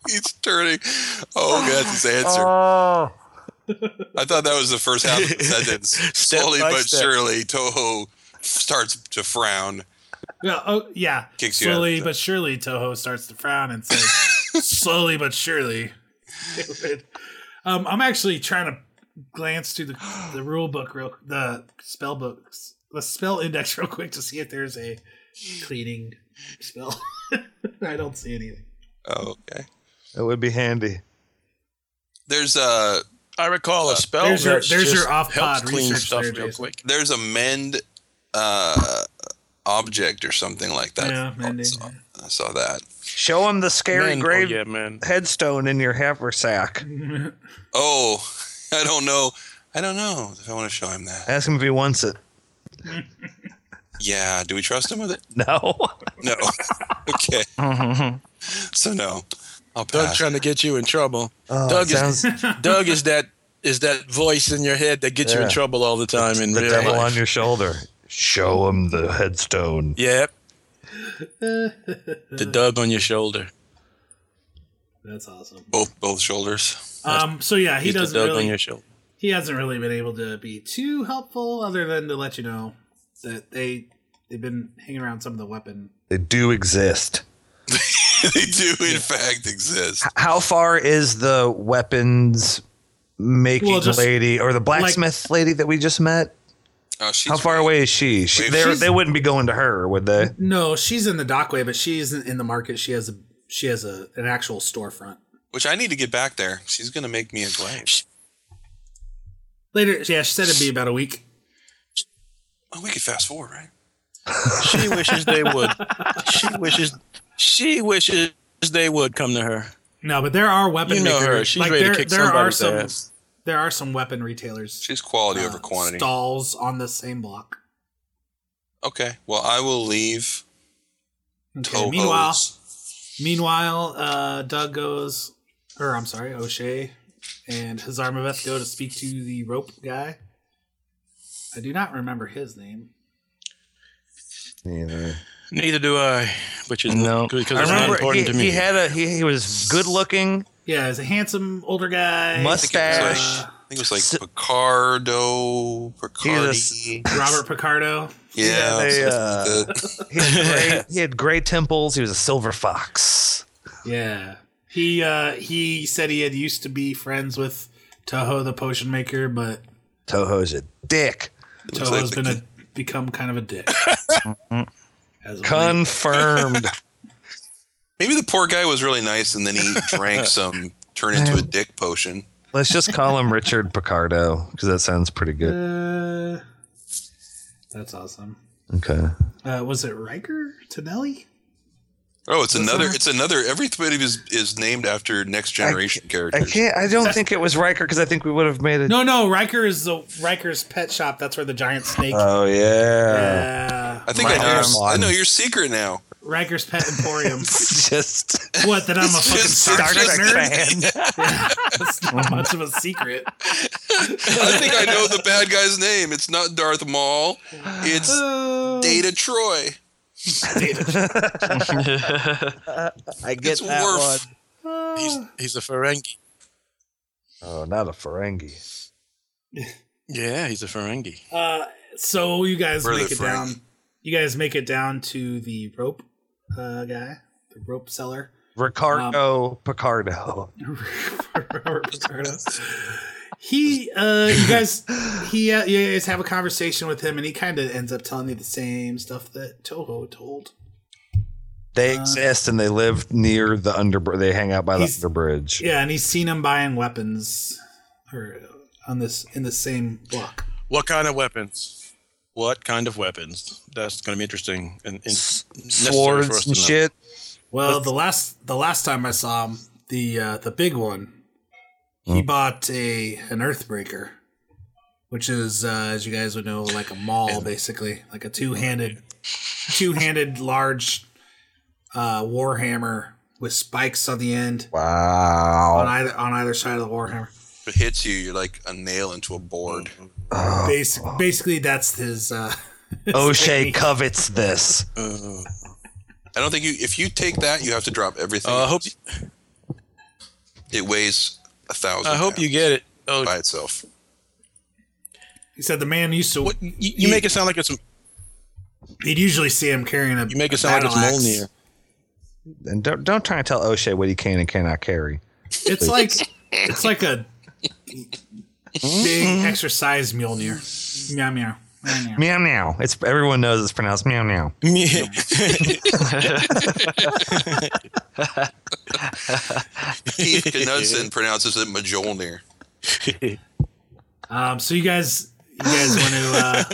[SPEAKER 6] He's turning. Oh, that's his answer.
[SPEAKER 7] Oh,
[SPEAKER 6] I thought that was the first half
[SPEAKER 9] [laughs]
[SPEAKER 6] of the sentence. Slowly
[SPEAKER 9] by
[SPEAKER 6] but
[SPEAKER 9] step.
[SPEAKER 6] surely, Toho starts to frown.
[SPEAKER 4] Yeah, oh yeah.
[SPEAKER 6] Kicks you out.
[SPEAKER 4] slowly but surely, Toho starts to frown and says,
[SPEAKER 6] [laughs]
[SPEAKER 4] "Slowly but surely." [laughs] um, I'm actually trying to glance through the the rule book, real the spell books, the spell index, real quick to see if there's a cleaning spell. [laughs] I don't see anything.
[SPEAKER 6] Oh, okay.
[SPEAKER 7] that would be handy.
[SPEAKER 6] There's uh, a
[SPEAKER 9] I recall a spell.
[SPEAKER 4] there's your-
[SPEAKER 9] that's
[SPEAKER 4] there's
[SPEAKER 9] just
[SPEAKER 4] your off-pod
[SPEAKER 9] helps clean
[SPEAKER 4] research
[SPEAKER 9] stuff
[SPEAKER 4] there,
[SPEAKER 9] real
[SPEAKER 4] Jason.
[SPEAKER 9] quick.
[SPEAKER 6] there's a mend uh, object or something like that.
[SPEAKER 4] Yeah, mending.
[SPEAKER 6] I saw- I saw that.
[SPEAKER 7] Show him the scary
[SPEAKER 9] Man,
[SPEAKER 7] grave
[SPEAKER 9] oh, yeah, man.
[SPEAKER 7] headstone in your haversack.
[SPEAKER 6] Oh, [laughs] I don't know. I don't know if I want to show him that.
[SPEAKER 7] Ask him if he wants it.
[SPEAKER 6] Yeah, [laughs] do we trust him with it?
[SPEAKER 7] No.
[SPEAKER 6] No. okay. So no. I'll
[SPEAKER 9] Doug
[SPEAKER 6] pass.
[SPEAKER 9] trying to get you in trouble.
[SPEAKER 7] [laughs] Oh,
[SPEAKER 9] Doug
[SPEAKER 7] it sounds
[SPEAKER 9] is [laughs] Doug is that is that voice in your head that gets you in
[SPEAKER 7] Yeah.
[SPEAKER 9] trouble all the time in
[SPEAKER 7] the
[SPEAKER 9] real
[SPEAKER 7] devil
[SPEAKER 9] life.
[SPEAKER 7] on your shoulder. Show him the headstone.
[SPEAKER 9] Yep.
[SPEAKER 6] [laughs]
[SPEAKER 9] the Doug on your shoulder.
[SPEAKER 4] That's awesome.
[SPEAKER 6] both both shoulders.
[SPEAKER 4] Um, so yeah, he
[SPEAKER 9] He's the
[SPEAKER 4] doesn't
[SPEAKER 9] Doug on
[SPEAKER 4] really
[SPEAKER 9] your shoulder.
[SPEAKER 4] he hasn't really been able to be too helpful, other than to let you know that they they've been hanging around some of the weapon.
[SPEAKER 7] They do exist.
[SPEAKER 6] [laughs] they do in fact exist.
[SPEAKER 9] Ah,
[SPEAKER 7] How far is the weapons making
[SPEAKER 4] Well, just
[SPEAKER 7] lady or the blacksmith lady that we just met?
[SPEAKER 6] Oh, she's
[SPEAKER 7] How far away is she? she
[SPEAKER 6] Wait,
[SPEAKER 7] they
[SPEAKER 4] she's-
[SPEAKER 7] they wouldn't be going to her, would they?
[SPEAKER 4] No, she's in the dockway, but she isn't in the market. She has a she has a an actual storefront.
[SPEAKER 6] Which I need to get back there. She's gonna make me his wife.
[SPEAKER 4] Later, yeah, she said it'd be about a week.
[SPEAKER 6] Oh, we could fast forward, right?
[SPEAKER 9] She wishes
[SPEAKER 6] [laughs]
[SPEAKER 9] they would. she wishes she wishes they would come to her.
[SPEAKER 4] No, but there are weapon
[SPEAKER 9] You know
[SPEAKER 4] maker-
[SPEAKER 9] her. She's ready to kick
[SPEAKER 4] are
[SPEAKER 9] somebody's
[SPEAKER 4] some
[SPEAKER 9] ass.
[SPEAKER 4] there are some weapon retailers
[SPEAKER 6] She's quality over
[SPEAKER 4] uh,
[SPEAKER 6] quantity.
[SPEAKER 4] stalls on the same block.
[SPEAKER 6] Okay. Well, I will leave.
[SPEAKER 4] Okay,
[SPEAKER 6] Toho.
[SPEAKER 4] Meanwhile, meanwhile, uh, Doug goes, or I'm sorry, O'Shea and Hazarmaveth go to speak to the rope guy. I do not remember his name.
[SPEAKER 9] Neither do I, which is
[SPEAKER 7] No,
[SPEAKER 9] because
[SPEAKER 7] I
[SPEAKER 9] it's not
[SPEAKER 7] remember
[SPEAKER 9] important
[SPEAKER 7] he,
[SPEAKER 9] to me.
[SPEAKER 7] he had a he, he was good looking.
[SPEAKER 4] Yeah, he's a handsome older guy.
[SPEAKER 7] Mustache.
[SPEAKER 4] Uh,
[SPEAKER 6] I think it was like
[SPEAKER 7] S-
[SPEAKER 6] Picardo, Picardi.
[SPEAKER 4] Robert Picardo.
[SPEAKER 6] Yeah.
[SPEAKER 7] they, [laughs] uh,
[SPEAKER 6] the-
[SPEAKER 7] He had, [laughs] gray, he had gray temples. He was a silver fox.
[SPEAKER 4] Yeah. He uh he said he had used to be friends with Toho the potion maker, but
[SPEAKER 7] Toho's a dick.
[SPEAKER 6] looks
[SPEAKER 4] Toho's
[SPEAKER 6] like the
[SPEAKER 4] been
[SPEAKER 6] kid-
[SPEAKER 4] a, become kind of a
[SPEAKER 6] [laughs]
[SPEAKER 4] dick. As of late.
[SPEAKER 7] Confirmed.
[SPEAKER 6] maybe the poor guy was really nice, and then
[SPEAKER 9] [laughs]
[SPEAKER 6] he drank some, turned into a dick potion.
[SPEAKER 7] Let's just call him Richard Picardo because that sounds pretty good.
[SPEAKER 4] Uh, that's awesome.
[SPEAKER 7] Okay.
[SPEAKER 4] Uh, was it Riker Tonelli?
[SPEAKER 6] Oh, it's another. It's another. Everybody is is named after next generation
[SPEAKER 7] I
[SPEAKER 6] characters.
[SPEAKER 7] can't. I don't think it was Riker because I think we would have made it.
[SPEAKER 4] No, no. Riker is the Riker's pet shop. That's where the giant snake.
[SPEAKER 7] Oh yeah.
[SPEAKER 4] uh,
[SPEAKER 6] I think I
[SPEAKER 7] My
[SPEAKER 6] know, your,
[SPEAKER 7] arm.
[SPEAKER 6] I know your secret now.
[SPEAKER 4] Riker's pet
[SPEAKER 6] [laughs]
[SPEAKER 4] emporium.
[SPEAKER 7] [laughs] just
[SPEAKER 4] what? That I'm a
[SPEAKER 6] It's
[SPEAKER 4] fucking
[SPEAKER 6] just-
[SPEAKER 4] Star
[SPEAKER 6] it's
[SPEAKER 4] Trek
[SPEAKER 6] just-
[SPEAKER 4] nerd.
[SPEAKER 7] fan.
[SPEAKER 4] [laughs]
[SPEAKER 6] [laughs]
[SPEAKER 4] That's not much of a secret.
[SPEAKER 6] I think I know the bad guy's name. It's not Darth Maul. It's Data Troy.
[SPEAKER 7] [laughs] I get
[SPEAKER 6] It's Worf.
[SPEAKER 9] he's, he's a Ferengi.
[SPEAKER 7] Oh, not a Ferengi.
[SPEAKER 9] Yeah, he's a Ferengi.
[SPEAKER 4] Uh, so you guys
[SPEAKER 6] Where are
[SPEAKER 4] make
[SPEAKER 6] they
[SPEAKER 4] it
[SPEAKER 6] from?
[SPEAKER 4] down. You guys make it down to the rope uh, guy, the rope seller. [laughs]
[SPEAKER 7] Ricardo
[SPEAKER 4] Um,
[SPEAKER 7] Picardo.
[SPEAKER 4] Robert Picardo. He, uh, you guys, he, uh, you guys have a conversation with him, and he kind of ends up telling you the same stuff that Toho told.
[SPEAKER 7] They exist and they live near the underbridge. They hang out by the
[SPEAKER 4] uh, He's-
[SPEAKER 7] underbridge.
[SPEAKER 4] Yeah, and he's seen him buying weapons, or uh, on this in the same block.
[SPEAKER 9] What kind of weapons? What kind of weapons? That's going to be interesting and, and necessary for
[SPEAKER 7] Swords
[SPEAKER 9] us to
[SPEAKER 7] and
[SPEAKER 9] know.
[SPEAKER 7] shit.
[SPEAKER 4] Well, the last the last time I saw him, the uh, the big one, he bought a an Earthbreaker, which is uh, as you guys would know, like a maul, basically, like a two handed, two handed large uh, warhammer with spikes on the end
[SPEAKER 7] Wow.
[SPEAKER 4] on either on either side of the warhammer.
[SPEAKER 6] If it hits you, you're like a nail into a board.
[SPEAKER 4] Basic, basically, that's his. Uh,
[SPEAKER 7] O'Shea covets this.
[SPEAKER 6] I don't think you. If you take that, you have to drop everything.
[SPEAKER 9] Uh, I hope
[SPEAKER 6] else. it weighs a thousand.
[SPEAKER 9] I hope you
[SPEAKER 6] pounds
[SPEAKER 9] get it. Oh,
[SPEAKER 6] by itself.
[SPEAKER 4] he said the man used to.
[SPEAKER 9] what you, you make it sound like it's
[SPEAKER 4] He'd usually see him carrying a.
[SPEAKER 9] you make it sound like it's
[SPEAKER 4] battle axe.
[SPEAKER 9] Molnir.
[SPEAKER 7] And don't don't try and tell O'Shea what he can and cannot carry.
[SPEAKER 4] It's like
[SPEAKER 7] [laughs]
[SPEAKER 4] it's like a
[SPEAKER 7] Mm.
[SPEAKER 4] big exercise mule near. Meow meow. meow, meow.
[SPEAKER 7] Meow meow. It's everyone knows it's pronounced meow meow.
[SPEAKER 9] [laughs]
[SPEAKER 6] Keith
[SPEAKER 9] [laughs]
[SPEAKER 6] Knudsen pronounces it Majolnir.
[SPEAKER 4] Um, so you guys, you
[SPEAKER 7] [laughs]
[SPEAKER 4] guys want to, uh,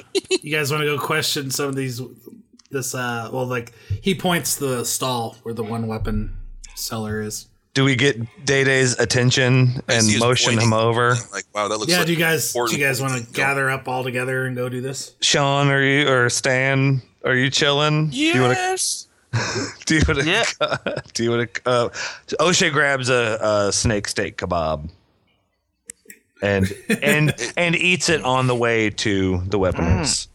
[SPEAKER 4] you guys want to go question some of these, this, uh, well, like he points the stall where the one weapon seller is.
[SPEAKER 7] Do we get Day Day's attention
[SPEAKER 6] I see
[SPEAKER 7] and
[SPEAKER 6] his
[SPEAKER 7] motion him
[SPEAKER 6] pointing.
[SPEAKER 7] over?
[SPEAKER 6] Like wow, that looks.
[SPEAKER 4] yeah.
[SPEAKER 6] like
[SPEAKER 4] do you guys, do you
[SPEAKER 6] important.
[SPEAKER 4] guys want to
[SPEAKER 6] No.
[SPEAKER 4] gather up all together and go do this?
[SPEAKER 7] Sean, are you or Stan? Are you chilling? Do you wanna-
[SPEAKER 9] Yes.
[SPEAKER 7] [laughs] Do you want to?
[SPEAKER 8] Yeah.
[SPEAKER 7] [laughs] Do you want to? Uh, O'Shea grabs a, a snake steak kebab and and and eats it on the way to the weapons.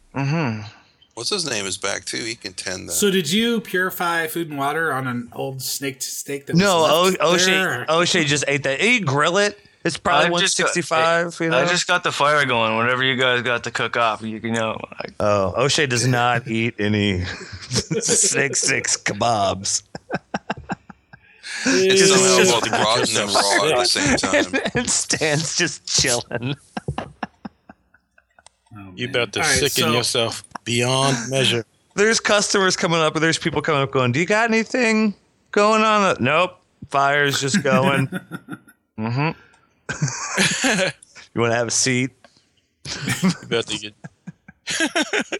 [SPEAKER 6] What's his name is back too. He can tend that.
[SPEAKER 4] So did you purify food and water on an old snake steak? That
[SPEAKER 7] No,
[SPEAKER 4] was
[SPEAKER 7] o-
[SPEAKER 4] left
[SPEAKER 7] O'Shea
[SPEAKER 4] there?
[SPEAKER 7] O'Shea just ate that. He grill it. It's probably
[SPEAKER 8] I just got-
[SPEAKER 7] 165. you know?
[SPEAKER 8] I just got the fire going. Whatever you guys got to cook up, you, you know. I,
[SPEAKER 7] Oh, O'Shea does not eat any [laughs] six six kebabs.
[SPEAKER 6] it's
[SPEAKER 7] just-
[SPEAKER 6] somehow
[SPEAKER 4] [laughs]
[SPEAKER 7] just-
[SPEAKER 6] both rotten and raw at the same time.
[SPEAKER 7] [laughs] and Stan's just chilling.
[SPEAKER 5] You about to
[SPEAKER 4] All right,
[SPEAKER 5] sicken
[SPEAKER 4] so-
[SPEAKER 5] yourself beyond measure.
[SPEAKER 7] There's customers coming up, and there's people coming up going, "Do you got anything going on?" Nope, fire's just going. mm-hmm. [laughs] you want to have a seat?
[SPEAKER 5] You about to get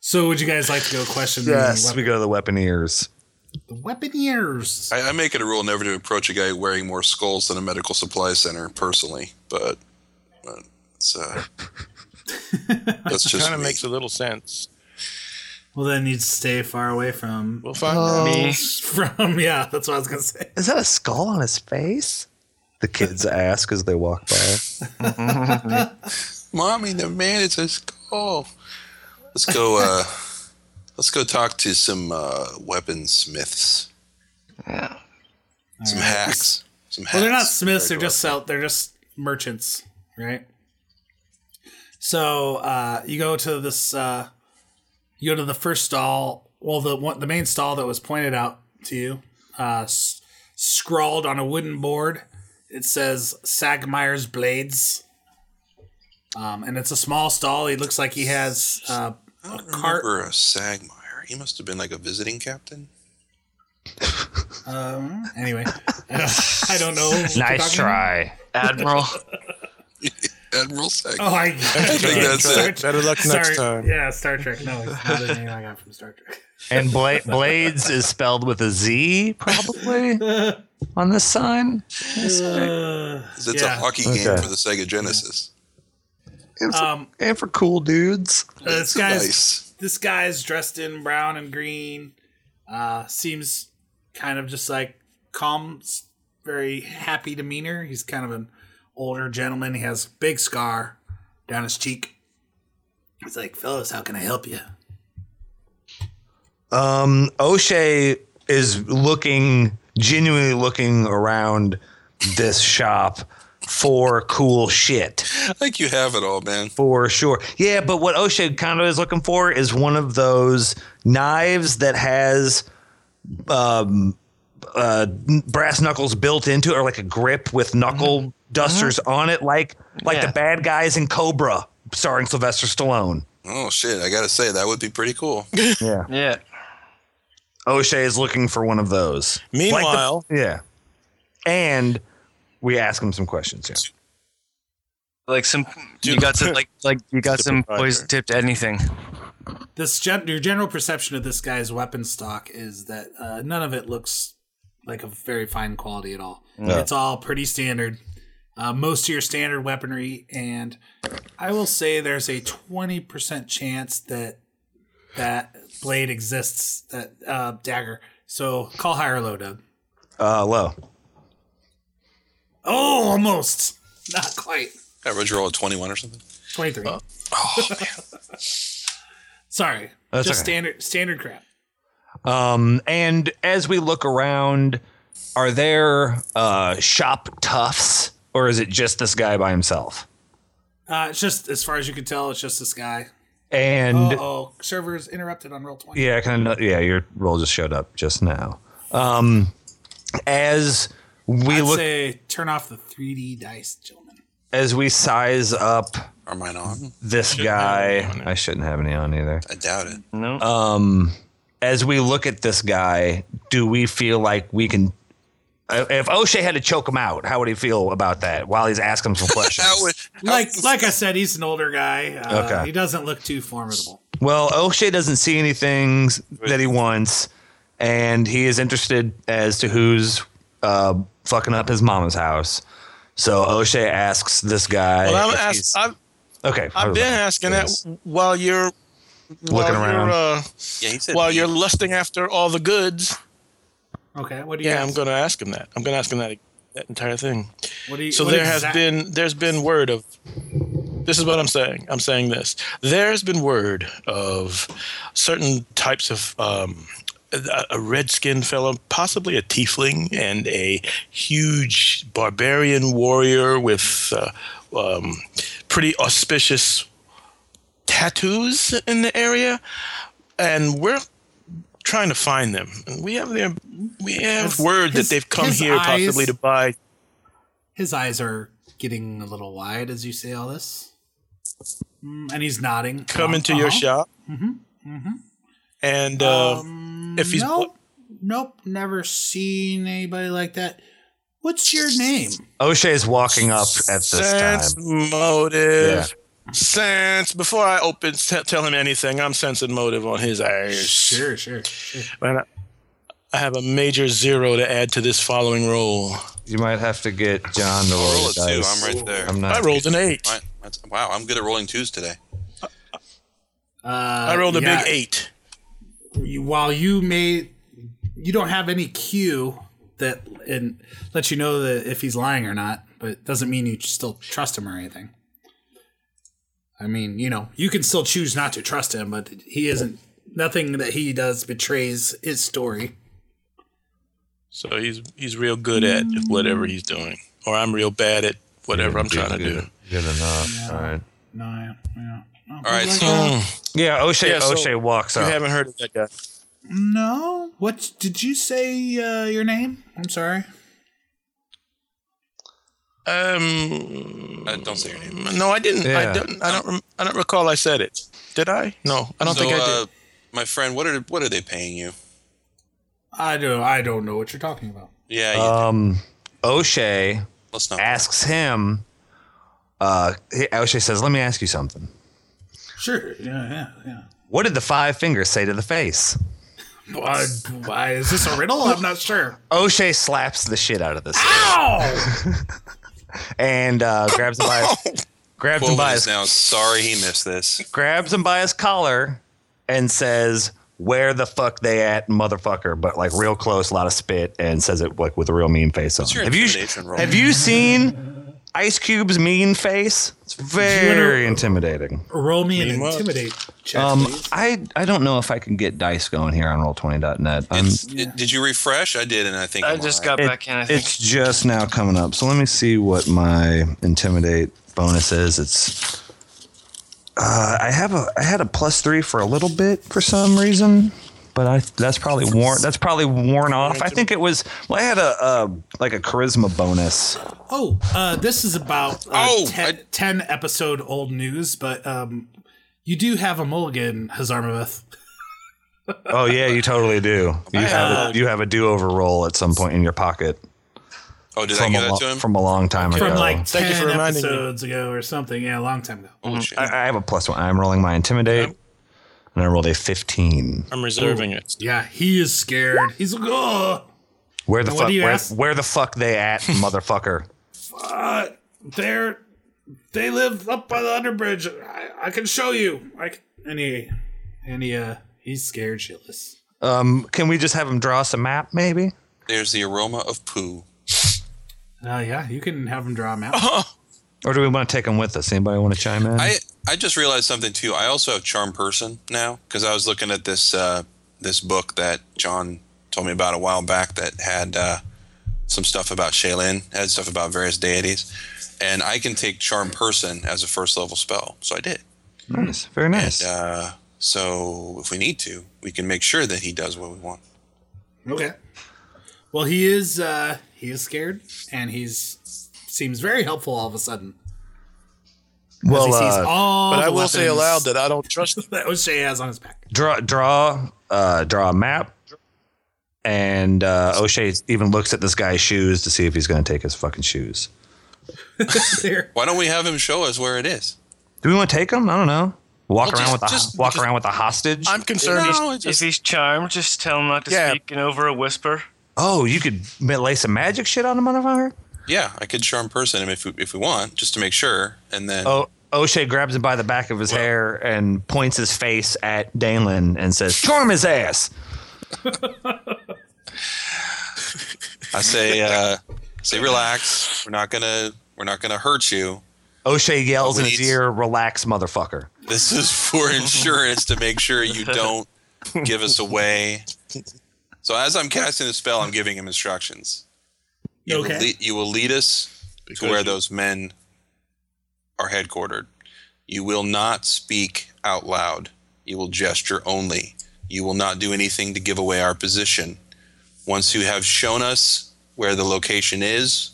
[SPEAKER 4] So would you guys like to go question? the
[SPEAKER 7] Yes,
[SPEAKER 4] wep-
[SPEAKER 7] we go to the weaponeers.
[SPEAKER 4] the weaponeers.
[SPEAKER 6] I, I make it a rule never to approach a guy wearing more skulls than a medical supply center personally, but, but
[SPEAKER 4] [laughs]
[SPEAKER 6] it's, uh, that's just
[SPEAKER 5] kind of
[SPEAKER 6] me.
[SPEAKER 5] makes a little sense.
[SPEAKER 4] Well, then you'd stay far away from
[SPEAKER 5] We'll find out.
[SPEAKER 4] [laughs]
[SPEAKER 8] me.
[SPEAKER 4] from. Yeah, that's what I was gonna say.
[SPEAKER 7] Is that a skull on his face? The kids ask as they walk by.
[SPEAKER 6] Mommy, the man is a skull. Let's go. Uh, [laughs] let's go talk to some uh, weaponsmiths. Some hacks. Some hacks.
[SPEAKER 4] Well, they're not smiths. They're just sell. They're just merchants, right? So uh, you go to this. Uh, you go to the first stall. Well, the one, the main stall that was pointed out to you, uh, s- scrawled on a wooden board. It says Sagmire's Blades. Um, and it's a small stall. He looks like he has uh,
[SPEAKER 6] I
[SPEAKER 4] a
[SPEAKER 6] don't
[SPEAKER 4] cart.
[SPEAKER 6] remember a Sagmire. He must have been like a visiting captain. [laughs]
[SPEAKER 4] Um, anyway, [laughs] I don't know. what you're talking
[SPEAKER 8] Admiral.
[SPEAKER 6] Admiral Sag.
[SPEAKER 4] Oh, [laughs] I, I
[SPEAKER 6] think that's
[SPEAKER 4] Star-
[SPEAKER 6] it.
[SPEAKER 5] Better luck
[SPEAKER 4] Star-
[SPEAKER 5] next time.
[SPEAKER 4] Yeah, Star Trek. No, it's not the name I got from Star [laughs] Trek.
[SPEAKER 7] And Bla- Blades is spelled with a Z, probably on this sign.
[SPEAKER 4] Uh,
[SPEAKER 6] It's a
[SPEAKER 4] Oh, yeah.
[SPEAKER 6] hockey game
[SPEAKER 7] Okay.
[SPEAKER 6] for the Sega Genesis.
[SPEAKER 4] Um, uh,
[SPEAKER 7] And for cool dudes,
[SPEAKER 4] this
[SPEAKER 6] It's
[SPEAKER 4] guy's
[SPEAKER 6] nice.
[SPEAKER 4] this guy's dressed in brown and green. Uh, seems kind of just like calm, s- very happy demeanor. He's kind of an older gentleman. He has a big scar down his cheek. He's like, "Fellas, how can I help you?"
[SPEAKER 7] um, O'Shea is looking genuinely looking around this shop for cool shit
[SPEAKER 6] I think you have it all, man.
[SPEAKER 7] for sure. Yeah, but what O'Shea kind of is looking for is one of those knives that has um, uh, n- brass knuckles built into it, or like a grip with knuckle dusters on it, like like
[SPEAKER 8] Yeah.
[SPEAKER 7] the bad guys in Cobra, starring Sylvester Stallone.
[SPEAKER 6] Oh shit! I gotta say that would be pretty
[SPEAKER 9] [laughs]
[SPEAKER 6] cool.
[SPEAKER 8] yeah.
[SPEAKER 7] O'Shea is looking for one of those.
[SPEAKER 5] Meanwhile,
[SPEAKER 7] Yeah. And we ask him some questions. Yeah.
[SPEAKER 8] Like some, you
[SPEAKER 7] [laughs]
[SPEAKER 8] got some, like, like you got some poison tipped anything.
[SPEAKER 4] This gen- your general perception of this guy's weapon stock is that uh, none of it looks like a very fine quality at all. It's all pretty standard. Uh, most of your standard weaponry, and I will say there's a twenty percent chance that that blade exists, that uh, dagger. So call high or low, Doug.
[SPEAKER 7] Uh, low.
[SPEAKER 4] Oh, almost, not quite.
[SPEAKER 6] Average roll of twenty-one or something.
[SPEAKER 4] Twenty three. Sorry,
[SPEAKER 7] That's
[SPEAKER 4] just
[SPEAKER 7] okay.
[SPEAKER 4] standard standard crap.
[SPEAKER 7] Um, and as we look around, are there uh, shop toughs or is it just this guy by himself?
[SPEAKER 4] Uh, it's just as far as you can tell, it's just this guy.
[SPEAKER 7] And
[SPEAKER 4] Oh, server is interrupted on roll twenty.
[SPEAKER 7] yeah, kind of. Yeah, your roll just showed up just now. Um, as we
[SPEAKER 4] I'd
[SPEAKER 7] look,
[SPEAKER 4] say turn off the 3D dice, gentlemen.
[SPEAKER 9] Oh.
[SPEAKER 7] as we size up
[SPEAKER 6] Are mine on?
[SPEAKER 7] this guy, I shouldn't have any on either.
[SPEAKER 6] I doubt it.
[SPEAKER 9] Mm.
[SPEAKER 8] No.
[SPEAKER 7] as we look at this guy, do we feel like we can? If O'Shea had to choke him out, how would he feel about that? While he's
[SPEAKER 4] [laughs]
[SPEAKER 7] asking him some questions.
[SPEAKER 6] How would- how-
[SPEAKER 4] Like like I said, he's an older guy. Uh,
[SPEAKER 7] Okay.
[SPEAKER 4] He doesn't look too formidable.
[SPEAKER 7] well, O'Shea doesn't see anything that he wants, and he is interested as to who's uh, fucking up his mama's house. So O'Shea asks this guy.
[SPEAKER 5] well, I'm
[SPEAKER 7] if
[SPEAKER 5] ask,
[SPEAKER 7] he's-
[SPEAKER 5] I've,
[SPEAKER 7] okay,
[SPEAKER 5] I've been asking that while you're
[SPEAKER 7] looking
[SPEAKER 9] while
[SPEAKER 7] around.
[SPEAKER 9] You're, uh,
[SPEAKER 6] Yeah, he said
[SPEAKER 9] while
[SPEAKER 6] me.
[SPEAKER 9] you're lusting after all the goods.
[SPEAKER 4] Okay, what do you?
[SPEAKER 9] Yeah, I'm
[SPEAKER 4] guys-
[SPEAKER 9] going to ask him that. I'm going to ask him that that entire thing.
[SPEAKER 4] What do you?
[SPEAKER 9] So
[SPEAKER 4] what
[SPEAKER 9] there
[SPEAKER 4] exact-
[SPEAKER 9] has been there's been word of this is what I'm saying. I'm saying this. There's been word of certain types of um, a, a red-skinned fellow, possibly a tiefling, and a huge barbarian warrior with uh, um, pretty auspicious tattoos in the area, and we're trying to find them. And we have their we have
[SPEAKER 4] His-
[SPEAKER 9] word
[SPEAKER 4] his-
[SPEAKER 9] that they've come
[SPEAKER 4] his
[SPEAKER 9] here
[SPEAKER 4] eyes-
[SPEAKER 9] possibly to buy
[SPEAKER 4] His eyes are getting a little wide as you say all this, Mm, and he's nodding.
[SPEAKER 9] come
[SPEAKER 4] Uh,
[SPEAKER 9] into your
[SPEAKER 4] uh-huh. Mm-hmm.
[SPEAKER 9] shop. And uh,
[SPEAKER 4] Um,
[SPEAKER 9] if he's
[SPEAKER 4] nope, nope, never seen anybody like that. What's your name?
[SPEAKER 7] O'Shea's walking up at this
[SPEAKER 9] sense
[SPEAKER 7] time.
[SPEAKER 9] motive, sense. Before I open, t- tell him anything. I'm sensing motive on his eyes.
[SPEAKER 4] Sure, sure.
[SPEAKER 9] And I, I have a major zero to add to this following roll.
[SPEAKER 7] You might have to get John to roll
[SPEAKER 6] I'll roll
[SPEAKER 7] the
[SPEAKER 6] it too.
[SPEAKER 7] dice.
[SPEAKER 6] I'm right there.
[SPEAKER 7] I'm
[SPEAKER 9] I
[SPEAKER 7] not.
[SPEAKER 9] rolled an eight.
[SPEAKER 6] Right. That's- Wow, I'm good at rolling twos today.
[SPEAKER 4] Uh,
[SPEAKER 9] I rolled a
[SPEAKER 4] yeah,
[SPEAKER 9] big eight.
[SPEAKER 4] you- while you may you don't have any cue that and lets you know that if he's lying or not but it doesn't mean you still trust him or anything i mean you know you can still choose not to trust him but he isn't nothing that he does betrays his story
[SPEAKER 9] So he's he's real good at whatever he's doing, or I'm real bad at whatever I'm trying to do.
[SPEAKER 7] Good enough. All right.
[SPEAKER 4] no yeah, yeah. No,
[SPEAKER 6] All right, so
[SPEAKER 9] Mm,
[SPEAKER 7] Yeah, O'Shea.
[SPEAKER 9] Yeah, so
[SPEAKER 7] O'Shea walks
[SPEAKER 9] you
[SPEAKER 7] up.
[SPEAKER 9] haven't heard of that guy.
[SPEAKER 4] no what did you say uh, your name i'm sorry
[SPEAKER 9] Um,
[SPEAKER 6] uh, don't say your name.
[SPEAKER 9] no, I didn't.
[SPEAKER 7] Yeah.
[SPEAKER 9] I don't. I don't. Rem- I don't recall. I said it. Did I? No, I don't
[SPEAKER 6] so,
[SPEAKER 9] think I did.
[SPEAKER 6] Uh, my friend, what are what are they paying you?
[SPEAKER 4] i don't i don't know what you're talking about
[SPEAKER 6] Yeah, you-
[SPEAKER 9] Uh,
[SPEAKER 7] Um, O'Shea
[SPEAKER 6] let's not.
[SPEAKER 7] asks him. Uh, he- O'Shea says, "Let me ask you something.
[SPEAKER 4] sure yeah yeah yeah
[SPEAKER 7] What did the five fingers say to the face?"
[SPEAKER 4] why, why is this a riddle i'm not sure
[SPEAKER 7] O'Shea slaps the shit out of this guy
[SPEAKER 4] Ow!
[SPEAKER 7] and uh, grabs him by his, grabs him by
[SPEAKER 6] Quoven is
[SPEAKER 7] his,
[SPEAKER 6] now sorry he missed
[SPEAKER 9] [laughs]
[SPEAKER 6] this.
[SPEAKER 7] grabs him by his collar and says, "Where the fuck they at, motherfucker?" But like real close, a lot of spit, and says it like with a real mean face on.
[SPEAKER 6] your
[SPEAKER 7] Have you
[SPEAKER 6] intimidation roll?
[SPEAKER 7] have you seen Ice Cube's mean face? It's very intimidating.
[SPEAKER 4] Roll me an intimidate check,
[SPEAKER 7] Um,
[SPEAKER 4] please.
[SPEAKER 7] I I don't know if I can get dice going here on Roll20.net.
[SPEAKER 9] Um,
[SPEAKER 7] I'm,
[SPEAKER 6] It's- it- did you refresh? I did, and I think
[SPEAKER 8] I
[SPEAKER 6] I'm
[SPEAKER 8] just
[SPEAKER 6] all right.
[SPEAKER 8] got back in. I think
[SPEAKER 7] it's just now coming up, so let me see what my intimidate bonus is. It's uh, I have a I had a plus three for a little bit for some reason, but I that's probably worn that's probably worn off. I think it was well I had a, uh like a charisma bonus.
[SPEAKER 4] Oh, uh, this is about uh,
[SPEAKER 6] Oh,
[SPEAKER 4] ten,
[SPEAKER 6] I-
[SPEAKER 4] 10 episode old news, but um, you do have a mulligan, Hazarmaveth.
[SPEAKER 7] Oh yeah, you totally do. You have a, you have a do over roll at some point in your pocket
[SPEAKER 6] Oh, did I
[SPEAKER 7] from
[SPEAKER 6] give
[SPEAKER 7] a,
[SPEAKER 6] that to
[SPEAKER 7] lo-
[SPEAKER 6] him?
[SPEAKER 7] from a long time ago.
[SPEAKER 4] From like
[SPEAKER 9] Thank you
[SPEAKER 4] 10
[SPEAKER 9] for reminding me.
[SPEAKER 4] episodes ago or something. Yeah, a long time ago.
[SPEAKER 6] Holy shit.
[SPEAKER 7] I, I have a plus one. I'm rolling my intimidate, and I rolled a 15.
[SPEAKER 9] I'm reserving it.
[SPEAKER 4] Yeah, he is scared. He's like, oh,
[SPEAKER 7] Where the
[SPEAKER 4] And what
[SPEAKER 7] fuck?
[SPEAKER 4] do you
[SPEAKER 7] Where,
[SPEAKER 4] ask?
[SPEAKER 7] where the fuck
[SPEAKER 4] [laughs]
[SPEAKER 7] they at, motherfucker?
[SPEAKER 4] uh, they're, they live up by the underbridge. I, I can show you. I can, and he, and he, uh, he's scared shitless.
[SPEAKER 7] Um, can we just have him draw us a map, maybe?
[SPEAKER 6] There's the aroma of poo.
[SPEAKER 4] Uh, yeah, you can have him draw a map.
[SPEAKER 7] Or do we want to take him with us? Anybody want to chime in?
[SPEAKER 6] I I just realized something too. I also have charm person now because I was looking at this uh, this book that John told me about a while back that had uh, some stuff about Shaolin, had stuff about various deities, and I can take charm person as a first level spell. So I did.
[SPEAKER 7] nice, very nice.
[SPEAKER 6] Uh, so if we need to, we can make sure that he does what we want.
[SPEAKER 4] Okay. Well, he is uh he is scared and he's seems very helpful all of a sudden. 'Cause
[SPEAKER 7] well,
[SPEAKER 4] he sees
[SPEAKER 7] uh,
[SPEAKER 4] all
[SPEAKER 9] But I
[SPEAKER 4] the
[SPEAKER 9] will say
[SPEAKER 4] weapons
[SPEAKER 9] aloud that I don't trust them.
[SPEAKER 4] [laughs] that O'Shea has on his back. [laughs]
[SPEAKER 7] draw, draw, uh, draw a map. And uh, O'Shea even looks at this guy's shoes to see if he's going to take his fucking shoes.
[SPEAKER 4] There.
[SPEAKER 6] Why don't we have him show us where it is?
[SPEAKER 7] Do we want to take him? I don't know. Walk
[SPEAKER 6] Well,
[SPEAKER 7] around
[SPEAKER 6] just-
[SPEAKER 7] with a
[SPEAKER 6] just-
[SPEAKER 7] walk
[SPEAKER 6] just-
[SPEAKER 7] around with a hostage.
[SPEAKER 9] I'm concerned.
[SPEAKER 6] No,
[SPEAKER 9] he's-
[SPEAKER 6] it's just
[SPEAKER 8] if he's charmed, just tell him not to
[SPEAKER 9] Yeah.
[SPEAKER 8] speak and over a whisper.
[SPEAKER 7] oh, you could lay some magic shit on him, motherfucker.
[SPEAKER 6] yeah. I could charm person him if we, if we want, just to make sure, and then
[SPEAKER 7] Oh, O'Shea grabs him by the back of his hair and points his face at Dalen and says, "Charm his ass."
[SPEAKER 6] I say, uh, say, relax. We're not gonna, we're not gonna hurt you.
[SPEAKER 7] O'Shea yells in his
[SPEAKER 6] Please.
[SPEAKER 7] ear, "Relax, motherfucker."
[SPEAKER 6] This is for insurance to make sure you don't give us away. So as I'm casting the spell, I'm giving him instructions. You, will,
[SPEAKER 4] Okay.
[SPEAKER 6] lead, you will lead us to
[SPEAKER 9] Because
[SPEAKER 6] where
[SPEAKER 9] you-
[SPEAKER 6] those men are headquartered. You will not speak out loud. You will gesture only. You will not do anything to give away our position. Once you have shown us where the location is,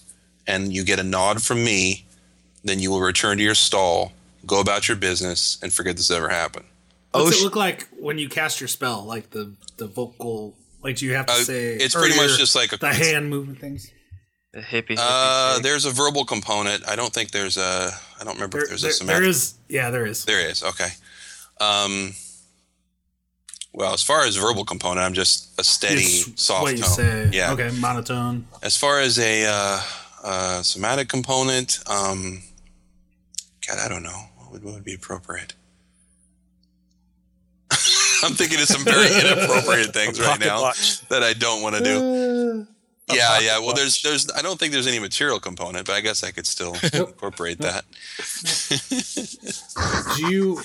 [SPEAKER 6] and you get a nod from me, then you will return to your stall, go about your business, and forget this ever happened.
[SPEAKER 4] What's
[SPEAKER 7] Osh-
[SPEAKER 4] it look like when you cast your spell? Like the the vocal, like do you have to
[SPEAKER 6] Uh,
[SPEAKER 4] say?
[SPEAKER 6] it's
[SPEAKER 4] or
[SPEAKER 6] pretty much
[SPEAKER 4] your-
[SPEAKER 6] just like a-
[SPEAKER 4] the hand movement things.
[SPEAKER 8] The hippie. hippie
[SPEAKER 6] Uh,
[SPEAKER 8] chick.
[SPEAKER 6] there's a verbal component. I don't think there's a. I don't remember
[SPEAKER 4] There,
[SPEAKER 6] if there's
[SPEAKER 4] there-
[SPEAKER 6] a
[SPEAKER 4] there
[SPEAKER 6] semantic.
[SPEAKER 4] is, yeah, there is.
[SPEAKER 6] There is. Okay. Um, well, as far as verbal component, I'm just a steady,
[SPEAKER 4] It's
[SPEAKER 6] soft
[SPEAKER 4] what you
[SPEAKER 6] tone.
[SPEAKER 4] say.
[SPEAKER 6] Yeah.
[SPEAKER 4] Okay,
[SPEAKER 9] [laughs]
[SPEAKER 4] monotone.
[SPEAKER 6] As far as a uh, uh, somatic component, um, God, I don't know what would, what would be appropriate. [laughs] I'm thinking of some
[SPEAKER 9] [laughs]
[SPEAKER 6] very inappropriate things
[SPEAKER 9] A
[SPEAKER 6] right
[SPEAKER 9] pocket
[SPEAKER 6] now
[SPEAKER 9] watch.
[SPEAKER 6] that I don't want to do.
[SPEAKER 9] [laughs] A
[SPEAKER 6] yeah,
[SPEAKER 9] pocket
[SPEAKER 6] yeah. Well,
[SPEAKER 9] watch.
[SPEAKER 6] there's, there's. I don't think there's any material component, but I guess I could
[SPEAKER 9] [laughs]
[SPEAKER 6] still incorporate that.
[SPEAKER 4] Do you?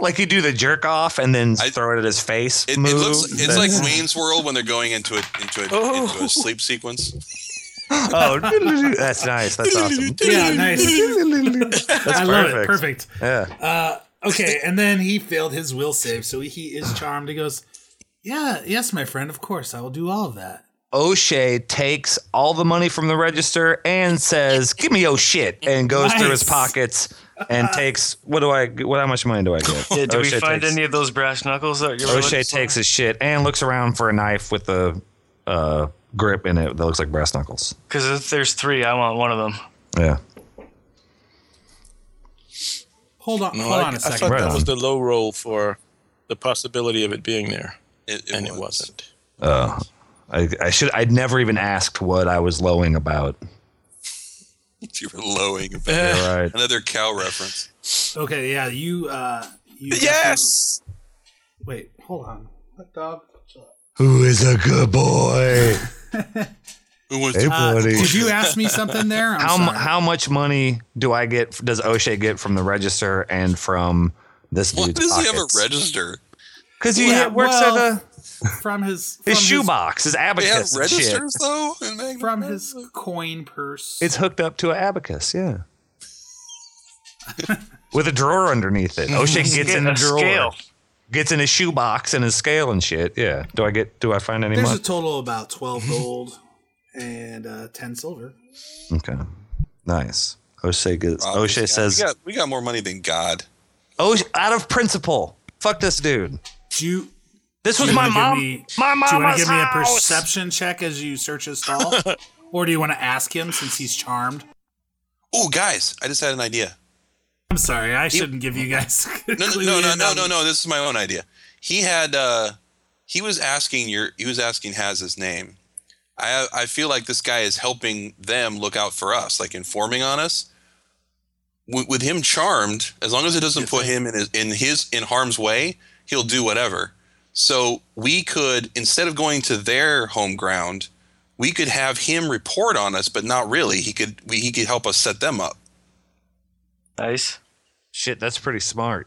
[SPEAKER 7] like you do the jerk off and then
[SPEAKER 6] I-
[SPEAKER 7] throw it at his face.
[SPEAKER 6] It,
[SPEAKER 7] move.
[SPEAKER 6] it looks. It's like
[SPEAKER 7] That's-
[SPEAKER 6] Wayne's World when they're going into a into a, into a sleep sequence.
[SPEAKER 7] [laughs] oh, [laughs] that's nice. That's awesome.
[SPEAKER 4] Yeah, nice. I love it.
[SPEAKER 7] perfect.
[SPEAKER 4] Perfect.
[SPEAKER 7] [laughs] Yeah.
[SPEAKER 4] Uh, okay, and then he failed his will save, so he is charmed. He goes, "Yeah, yes, my friend. Of course, I will do all of that."
[SPEAKER 7] O'Shea takes all the money from the register and says, "Give me your shit," and goes through his
[SPEAKER 4] Nice.
[SPEAKER 7] pockets [laughs] and takes what do I? What how much money do I
[SPEAKER 6] [laughs]
[SPEAKER 7] get?
[SPEAKER 8] Yeah, did we
[SPEAKER 7] O'Shea
[SPEAKER 8] find
[SPEAKER 7] takes-
[SPEAKER 8] any of those brass knuckles that you're
[SPEAKER 7] O'Shea takes his shit and looks around for a knife with a uh, grip in it that looks like brass knuckles.
[SPEAKER 8] Because if there's three, I want one of them.
[SPEAKER 7] Yeah.
[SPEAKER 4] Hold on,
[SPEAKER 9] No,
[SPEAKER 4] hold
[SPEAKER 9] I,
[SPEAKER 4] on a
[SPEAKER 9] I
[SPEAKER 4] second.
[SPEAKER 9] thought
[SPEAKER 7] Right
[SPEAKER 9] that
[SPEAKER 7] on.
[SPEAKER 9] was the low roll for the possibility of it being there,
[SPEAKER 6] It,
[SPEAKER 9] and
[SPEAKER 6] [laughs]
[SPEAKER 9] it wasn't.
[SPEAKER 7] Uh, I, I should. I'd never even asked what I was lowing
[SPEAKER 8] [laughs]
[SPEAKER 7] about.
[SPEAKER 6] You were lowing.
[SPEAKER 9] Eh,
[SPEAKER 7] Right.
[SPEAKER 6] Another cow reference.
[SPEAKER 4] Okay, yeah, you. Uh, you
[SPEAKER 9] yes.
[SPEAKER 4] Wait, hold on. What dog?
[SPEAKER 7] Who is a good boy?
[SPEAKER 6] Who wants
[SPEAKER 7] Hey,
[SPEAKER 6] to-
[SPEAKER 4] Uh,
[SPEAKER 7] buddy.
[SPEAKER 4] did you ask me something there? I'm
[SPEAKER 7] how mu-
[SPEAKER 4] sorry.
[SPEAKER 7] how much money do I get? Does O'Shea get from the register and from this
[SPEAKER 6] Why
[SPEAKER 7] dude's
[SPEAKER 6] does he have a
[SPEAKER 7] pockets?
[SPEAKER 6] register?
[SPEAKER 7] Because he
[SPEAKER 4] Yeah,
[SPEAKER 7] ha- works
[SPEAKER 4] well,
[SPEAKER 7] at
[SPEAKER 4] from his
[SPEAKER 7] a
[SPEAKER 4] from
[SPEAKER 7] his shoebox, his
[SPEAKER 6] They have
[SPEAKER 7] abacus and shit.
[SPEAKER 6] registers though. In Magna
[SPEAKER 4] from
[SPEAKER 6] Carta?
[SPEAKER 4] his coin purse.
[SPEAKER 7] It's hooked up to an abacus,
[SPEAKER 4] [laughs]
[SPEAKER 7] yeah. With a drawer underneath it. [laughs]
[SPEAKER 8] [laughs]
[SPEAKER 7] O'Shea gets in the
[SPEAKER 8] a
[SPEAKER 7] drawer,
[SPEAKER 8] scale.
[SPEAKER 7] gets in his shoebox and his scale and shit. Yeah. Do I get? Do I find any
[SPEAKER 4] There's
[SPEAKER 7] money?
[SPEAKER 4] a total of about twelve gold and uh, ten silver.
[SPEAKER 7] okay. Nice. O'Shea gets.
[SPEAKER 6] Rob
[SPEAKER 7] O'Shea
[SPEAKER 6] this guy.
[SPEAKER 7] says,
[SPEAKER 6] we got, "We got more money than God."
[SPEAKER 7] "O'Shea, out of principle, fuck this dude.
[SPEAKER 4] Do you?
[SPEAKER 7] This was
[SPEAKER 4] do you
[SPEAKER 7] my
[SPEAKER 4] wanna give
[SPEAKER 7] mom.
[SPEAKER 4] me- Do
[SPEAKER 7] my
[SPEAKER 4] you want to
[SPEAKER 7] mama's
[SPEAKER 4] give me a
[SPEAKER 7] house."
[SPEAKER 4] perception check as you search his stall, or do you want to ask him since he's charmed?
[SPEAKER 6] Oh, guys, I just had an idea.
[SPEAKER 4] I'm sorry, I shouldn't give you guys. [laughs]
[SPEAKER 6] No, no, no, no, no, no, no. This is my own idea. He had. Uh, he was asking your. He was asking has his name. I I feel like this guy is helping them look out for us, like informing on us. With, with him charmed, as long as it doesn't put him in his in his in harm's way, he'll do whatever. So we could instead of going to their home ground, we could have him report on us, but not really. He could we, he could help us set them up.
[SPEAKER 8] Nice.
[SPEAKER 7] Shit, that's pretty smart.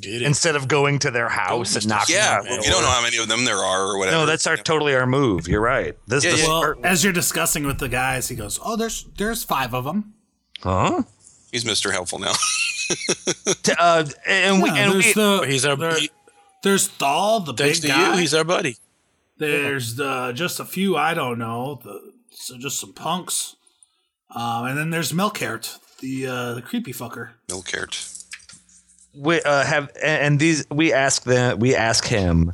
[SPEAKER 9] Get it.
[SPEAKER 7] Instead of going to their house and knocking.
[SPEAKER 6] Yeah,
[SPEAKER 7] on
[SPEAKER 6] well,
[SPEAKER 7] their
[SPEAKER 6] you don't know
[SPEAKER 7] door.
[SPEAKER 6] how many of them there are or whatever.
[SPEAKER 7] No, that's our totally our move. You're right. This
[SPEAKER 6] Yeah,
[SPEAKER 7] is
[SPEAKER 6] yeah.
[SPEAKER 7] the
[SPEAKER 4] Well,
[SPEAKER 7] smart-
[SPEAKER 4] as you're discussing with the guys, he goes, "Oh, there's there's five of them.
[SPEAKER 7] huh?
[SPEAKER 6] he's Mr. Helpful now.
[SPEAKER 7] T- uh, and we and
[SPEAKER 4] there's
[SPEAKER 7] we,
[SPEAKER 4] the
[SPEAKER 9] He's our
[SPEAKER 4] there-
[SPEAKER 9] he,
[SPEAKER 4] there's Thal, the
[SPEAKER 9] thanks
[SPEAKER 4] big
[SPEAKER 9] to
[SPEAKER 4] guy.
[SPEAKER 9] you. He's our buddy.
[SPEAKER 4] There's uh, just a few I don't know. The, so just some punks, um, and then there's Melkert, the uh, the creepy fucker.
[SPEAKER 6] Milkert.
[SPEAKER 7] we uh, have and, and these we ask them we ask him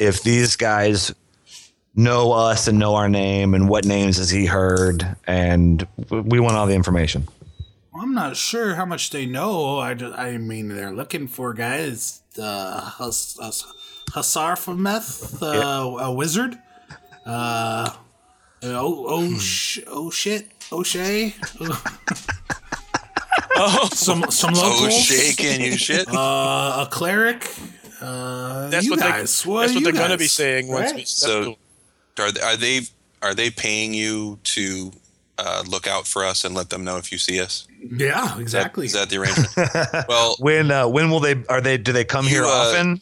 [SPEAKER 7] if these guys know us and know our name and what names has he heard and w- we want all the information.
[SPEAKER 4] I'm not sure how much they know. I, ju- I mean, they're looking for guys. Uh, Hus, Hus, Hussarfameth, uh, a wizard. Uh, oh, oh, sh- oh, shit. O'Shea.
[SPEAKER 9] [laughs] Oh,
[SPEAKER 4] Some some
[SPEAKER 6] Oh,
[SPEAKER 4] locals.
[SPEAKER 6] shaking you shit.
[SPEAKER 4] Uh, a cleric. Uh,
[SPEAKER 9] that's
[SPEAKER 4] you
[SPEAKER 9] what,
[SPEAKER 4] guys.
[SPEAKER 9] they, that's what
[SPEAKER 4] you
[SPEAKER 9] they're going to be
[SPEAKER 4] guys?
[SPEAKER 9] saying once we
[SPEAKER 4] Right.
[SPEAKER 9] settle.
[SPEAKER 6] So- Are they, are they are they paying you to uh, look out for us and let them know if you see us?
[SPEAKER 4] Yeah,
[SPEAKER 6] Is that-
[SPEAKER 4] exactly.
[SPEAKER 6] Is that
[SPEAKER 7] [laughs]
[SPEAKER 6] the arrangement? well,
[SPEAKER 7] When uh, when will they are they do they come here
[SPEAKER 6] You, uh,
[SPEAKER 7] often?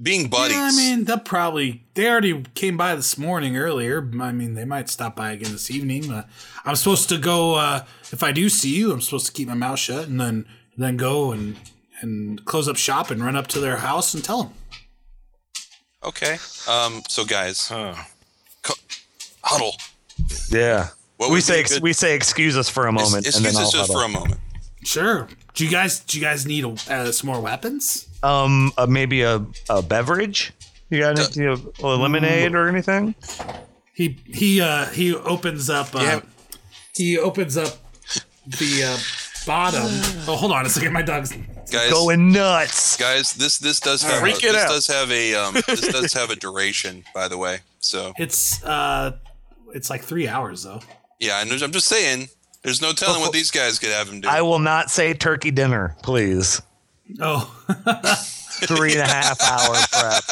[SPEAKER 6] being buddies.
[SPEAKER 4] Yeah, I mean, they'll probably they already came by this morning earlier. I mean, they might stop by again this evening. Uh, I'm supposed to go uh, if I do see you. I'm supposed to keep my mouth shut and then then go and and close up shop and run up to their house and tell them.
[SPEAKER 6] okay. Um. So guys,
[SPEAKER 9] Huh.
[SPEAKER 6] huddle.
[SPEAKER 7] Yeah.
[SPEAKER 6] What
[SPEAKER 7] we
[SPEAKER 6] would be
[SPEAKER 7] say
[SPEAKER 6] a good-
[SPEAKER 7] we say excuse us for a
[SPEAKER 6] Ex-
[SPEAKER 7] moment and
[SPEAKER 6] Excuse
[SPEAKER 7] then I'll
[SPEAKER 6] us just for a
[SPEAKER 7] huddle.
[SPEAKER 6] moment.
[SPEAKER 4] Sure. Do you guys do you guys need uh, some more weapons?
[SPEAKER 7] um uh, maybe a, a beverage. You got any you know, lemonade or anything?
[SPEAKER 4] He he uh, he opens up. Uh,
[SPEAKER 6] Yeah.
[SPEAKER 4] He opens up the uh, bottom. Oh, hold on a second. My dog's.
[SPEAKER 6] Guys,
[SPEAKER 7] Going nuts.
[SPEAKER 6] guys, this this does have a,
[SPEAKER 9] Freak it
[SPEAKER 6] this
[SPEAKER 9] out.
[SPEAKER 6] does have a um this does have a duration, by the way. So
[SPEAKER 4] It's uh, it's like three hours though.
[SPEAKER 6] yeah, and there's- I'm just saying, there's no telling what these guys could have him do.
[SPEAKER 7] Oh. I will not say turkey dinner, please.
[SPEAKER 4] Oh. [laughs]
[SPEAKER 7] Three and a half hour prep.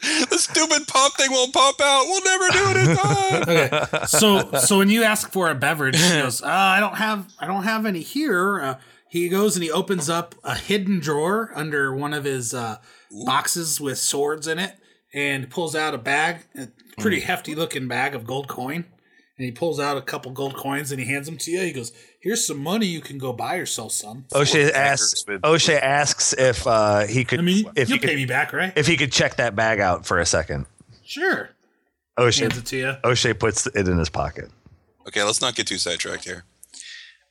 [SPEAKER 6] the stupid pop thing won't pop out. We'll never
[SPEAKER 7] [laughs]
[SPEAKER 6] do it in time.
[SPEAKER 4] so so when you ask for a beverage, he goes, uh, "I don't have I don't have any here." Uh, he goes and he opens up a hidden drawer under one of his uh, boxes with swords in it, and pulls out a bag, a pretty
[SPEAKER 7] Hmm.
[SPEAKER 4] hefty looking bag of gold coin. And he pulls out a couple gold coins and he hands them to you. He goes, "Here's some money you can go buy yourself some."
[SPEAKER 7] O'Shea asks
[SPEAKER 3] with-
[SPEAKER 7] O'Shea asks if uh, he could
[SPEAKER 4] I mean,
[SPEAKER 7] if
[SPEAKER 4] you'll
[SPEAKER 7] he
[SPEAKER 4] pay
[SPEAKER 7] could
[SPEAKER 4] me back, right?
[SPEAKER 7] if he could check that bag out for a second.
[SPEAKER 4] sure.
[SPEAKER 7] O'Shea
[SPEAKER 4] Hands it to you.
[SPEAKER 7] O'Shea puts it in his pocket.
[SPEAKER 6] Okay, let's not get too sidetracked here.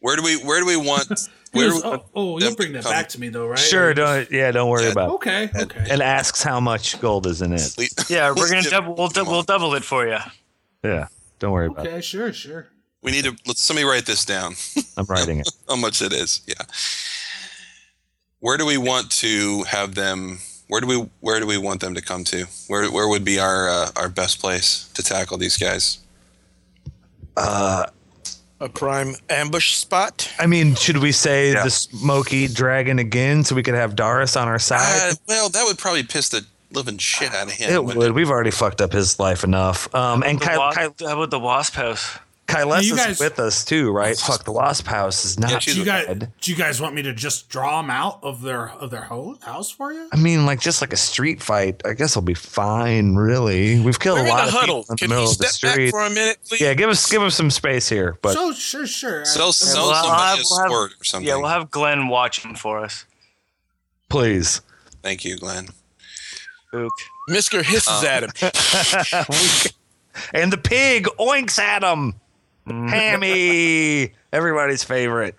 [SPEAKER 6] Where do we where do
[SPEAKER 7] [laughs]
[SPEAKER 6] we want where
[SPEAKER 4] He
[SPEAKER 6] do we,
[SPEAKER 4] goes, oh, oh, you'll bring that
[SPEAKER 6] come-
[SPEAKER 4] back to me though, right?
[SPEAKER 7] Sure, don't yeah, don't worry
[SPEAKER 6] Yeah.
[SPEAKER 7] about it.
[SPEAKER 4] Okay. Okay.
[SPEAKER 7] And asks how much gold is in it.
[SPEAKER 8] Yeah, we're
[SPEAKER 6] Let's
[SPEAKER 8] gonna
[SPEAKER 6] give-
[SPEAKER 8] double. We'll, dou-
[SPEAKER 6] come on.
[SPEAKER 8] we'll double it for you.
[SPEAKER 7] Yeah, don't worry about it.
[SPEAKER 4] okay. Sure. Sure.
[SPEAKER 6] we need to let somebody write this down.
[SPEAKER 7] I'm writing it.
[SPEAKER 6] How much it is. Yeah. Where do we want to have them where do we where do we want them to come to? Where where would be our uh, our best place to tackle these guys?
[SPEAKER 9] A prime ambush spot.
[SPEAKER 7] I mean, should we say
[SPEAKER 6] Yeah.
[SPEAKER 7] the smoky dragon again so we could have Doris on our side?
[SPEAKER 6] Uh, well, that would probably piss the living shit out of him.
[SPEAKER 7] it
[SPEAKER 6] wouldn't
[SPEAKER 7] would. We've already fucked up his life enough. Um, and
[SPEAKER 8] The
[SPEAKER 7] Ky-
[SPEAKER 8] wasp,
[SPEAKER 7] Ky-
[SPEAKER 8] how about the wasp house?
[SPEAKER 7] Kyles
[SPEAKER 4] You
[SPEAKER 7] is
[SPEAKER 4] guys-
[SPEAKER 7] with us too, right? Fuck, the Wasp House is not
[SPEAKER 6] Yeah, she's
[SPEAKER 4] do you guys
[SPEAKER 7] bad.
[SPEAKER 4] do you guys want me to just draw them out of their of their ho- house for you?
[SPEAKER 7] I mean, like just like a street fight, I guess I'll be fine. Really, we've killed
[SPEAKER 9] We're
[SPEAKER 7] a
[SPEAKER 9] in
[SPEAKER 7] lot
[SPEAKER 9] a
[SPEAKER 7] of people
[SPEAKER 9] huddle.
[SPEAKER 7] in the
[SPEAKER 9] Can
[SPEAKER 7] middle
[SPEAKER 9] you
[SPEAKER 7] of the
[SPEAKER 9] step back
[SPEAKER 7] street.
[SPEAKER 9] for a minute, please?
[SPEAKER 7] Yeah, give us give us some space here, but
[SPEAKER 4] so sure, sure. I-
[SPEAKER 6] Sell, sell
[SPEAKER 8] we'll have-
[SPEAKER 6] somebody a
[SPEAKER 8] we'll have-
[SPEAKER 6] sword or something.
[SPEAKER 8] Yeah, we'll have Glenn watch him for us.
[SPEAKER 7] please.
[SPEAKER 6] Thank you, Glenn.
[SPEAKER 8] Ook.
[SPEAKER 9] Misker
[SPEAKER 7] Uh,
[SPEAKER 9] hisses at him.
[SPEAKER 7] and the pig oinks at him. Hammy, everybody's favorite.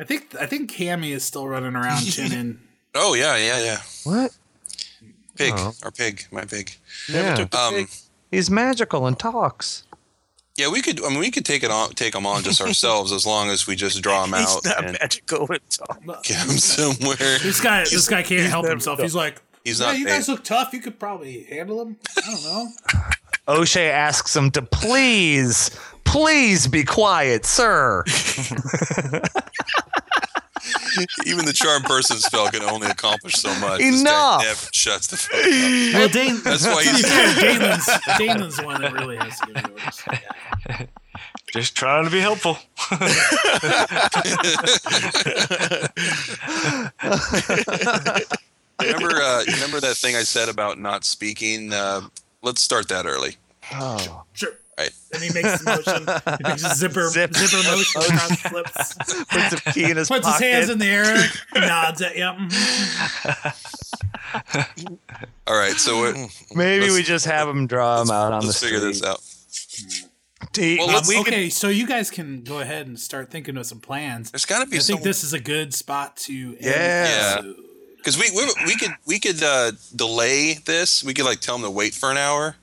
[SPEAKER 4] I think I think Cammy is still running around [laughs] chinning.
[SPEAKER 6] Oh yeah, yeah, yeah.
[SPEAKER 7] What?
[SPEAKER 6] Pig,
[SPEAKER 7] Oh.
[SPEAKER 6] our pig, my pig.
[SPEAKER 7] Yeah,
[SPEAKER 6] Um,
[SPEAKER 7] he's magical and talks.
[SPEAKER 6] yeah, we could. I mean, we could take it on, take them
[SPEAKER 7] [laughs]
[SPEAKER 6] on just ourselves, as long as we just draw them out
[SPEAKER 9] He's not
[SPEAKER 6] and
[SPEAKER 9] magical at all.
[SPEAKER 6] get
[SPEAKER 4] [laughs]
[SPEAKER 6] them somewhere.
[SPEAKER 4] This guy this guy can't help himself. He's like,
[SPEAKER 6] He's
[SPEAKER 4] yeah,
[SPEAKER 6] not
[SPEAKER 4] you
[SPEAKER 6] big.
[SPEAKER 4] guys look tough. You could probably handle them. I don't know.
[SPEAKER 7] O'Shea asks him to please, please be quiet, sir.
[SPEAKER 6] Even the charm
[SPEAKER 4] [laughs]
[SPEAKER 6] person spell can only accomplish so
[SPEAKER 7] Enough.
[SPEAKER 6] much. This guy never shuts the fuck up.
[SPEAKER 4] Well, Dane,
[SPEAKER 6] That's
[SPEAKER 7] [laughs]
[SPEAKER 6] why
[SPEAKER 4] to be
[SPEAKER 6] he's
[SPEAKER 4] fair, [laughs] Damon's Damon's the one that really has to give the orders.
[SPEAKER 8] Just trying to be helpful.
[SPEAKER 6] remember. Uh, you remember that thing I said about not speaking. Uh, let's start that early.
[SPEAKER 4] Sure.
[SPEAKER 6] Right.
[SPEAKER 4] And he makes the motion. He makes a [laughs] zipper
[SPEAKER 7] Zip.
[SPEAKER 4] zipper motion across his lips.
[SPEAKER 7] Puts a key in his
[SPEAKER 4] Puts his
[SPEAKER 7] pocket.
[SPEAKER 4] hands in the air, nods at you. mhm.
[SPEAKER 6] All
[SPEAKER 7] [gasps]
[SPEAKER 6] right. So we're,
[SPEAKER 7] Maybe
[SPEAKER 6] Let's-
[SPEAKER 7] we just have him draw him out on
[SPEAKER 6] let's
[SPEAKER 7] the
[SPEAKER 6] figure
[SPEAKER 7] street.
[SPEAKER 6] this out.
[SPEAKER 7] He-
[SPEAKER 6] Well,
[SPEAKER 7] um,
[SPEAKER 6] let's-
[SPEAKER 7] we could-
[SPEAKER 4] okay, so you guys can go ahead and start thinking of some plans.
[SPEAKER 6] There's got to be
[SPEAKER 4] I
[SPEAKER 6] some
[SPEAKER 4] think this is a good spot to end.
[SPEAKER 7] Yeah.
[SPEAKER 4] the episode.
[SPEAKER 6] because we, we we could we could uh, delay this. We could like tell them to wait for an hour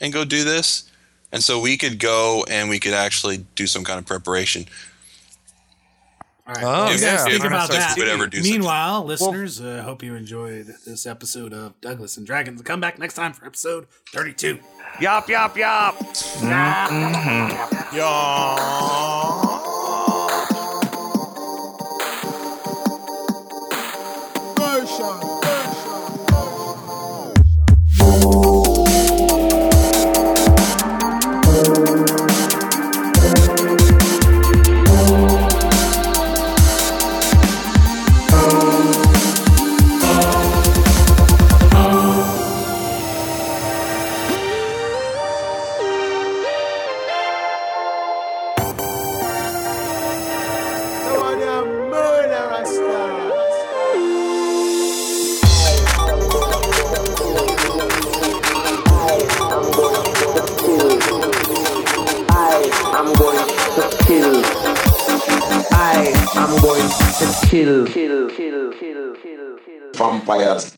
[SPEAKER 6] and go do this, and so we could go and we could actually do some kind of preparation.
[SPEAKER 4] All right.
[SPEAKER 7] Oh,
[SPEAKER 4] well, you guys
[SPEAKER 7] yeah.
[SPEAKER 4] think
[SPEAKER 7] If
[SPEAKER 4] about
[SPEAKER 6] Texas
[SPEAKER 4] that.
[SPEAKER 6] would ever do such a-
[SPEAKER 4] Meanwhile, listeners, uh, hope you enjoyed this episode of Douglas and Dragons. Come back next time for episode 32.
[SPEAKER 7] Yop, yop, yop.
[SPEAKER 9] Y'all.
[SPEAKER 1] kill, kill, kill, kill, kill, kill. Vampires.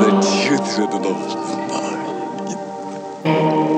[SPEAKER 3] The children of the night.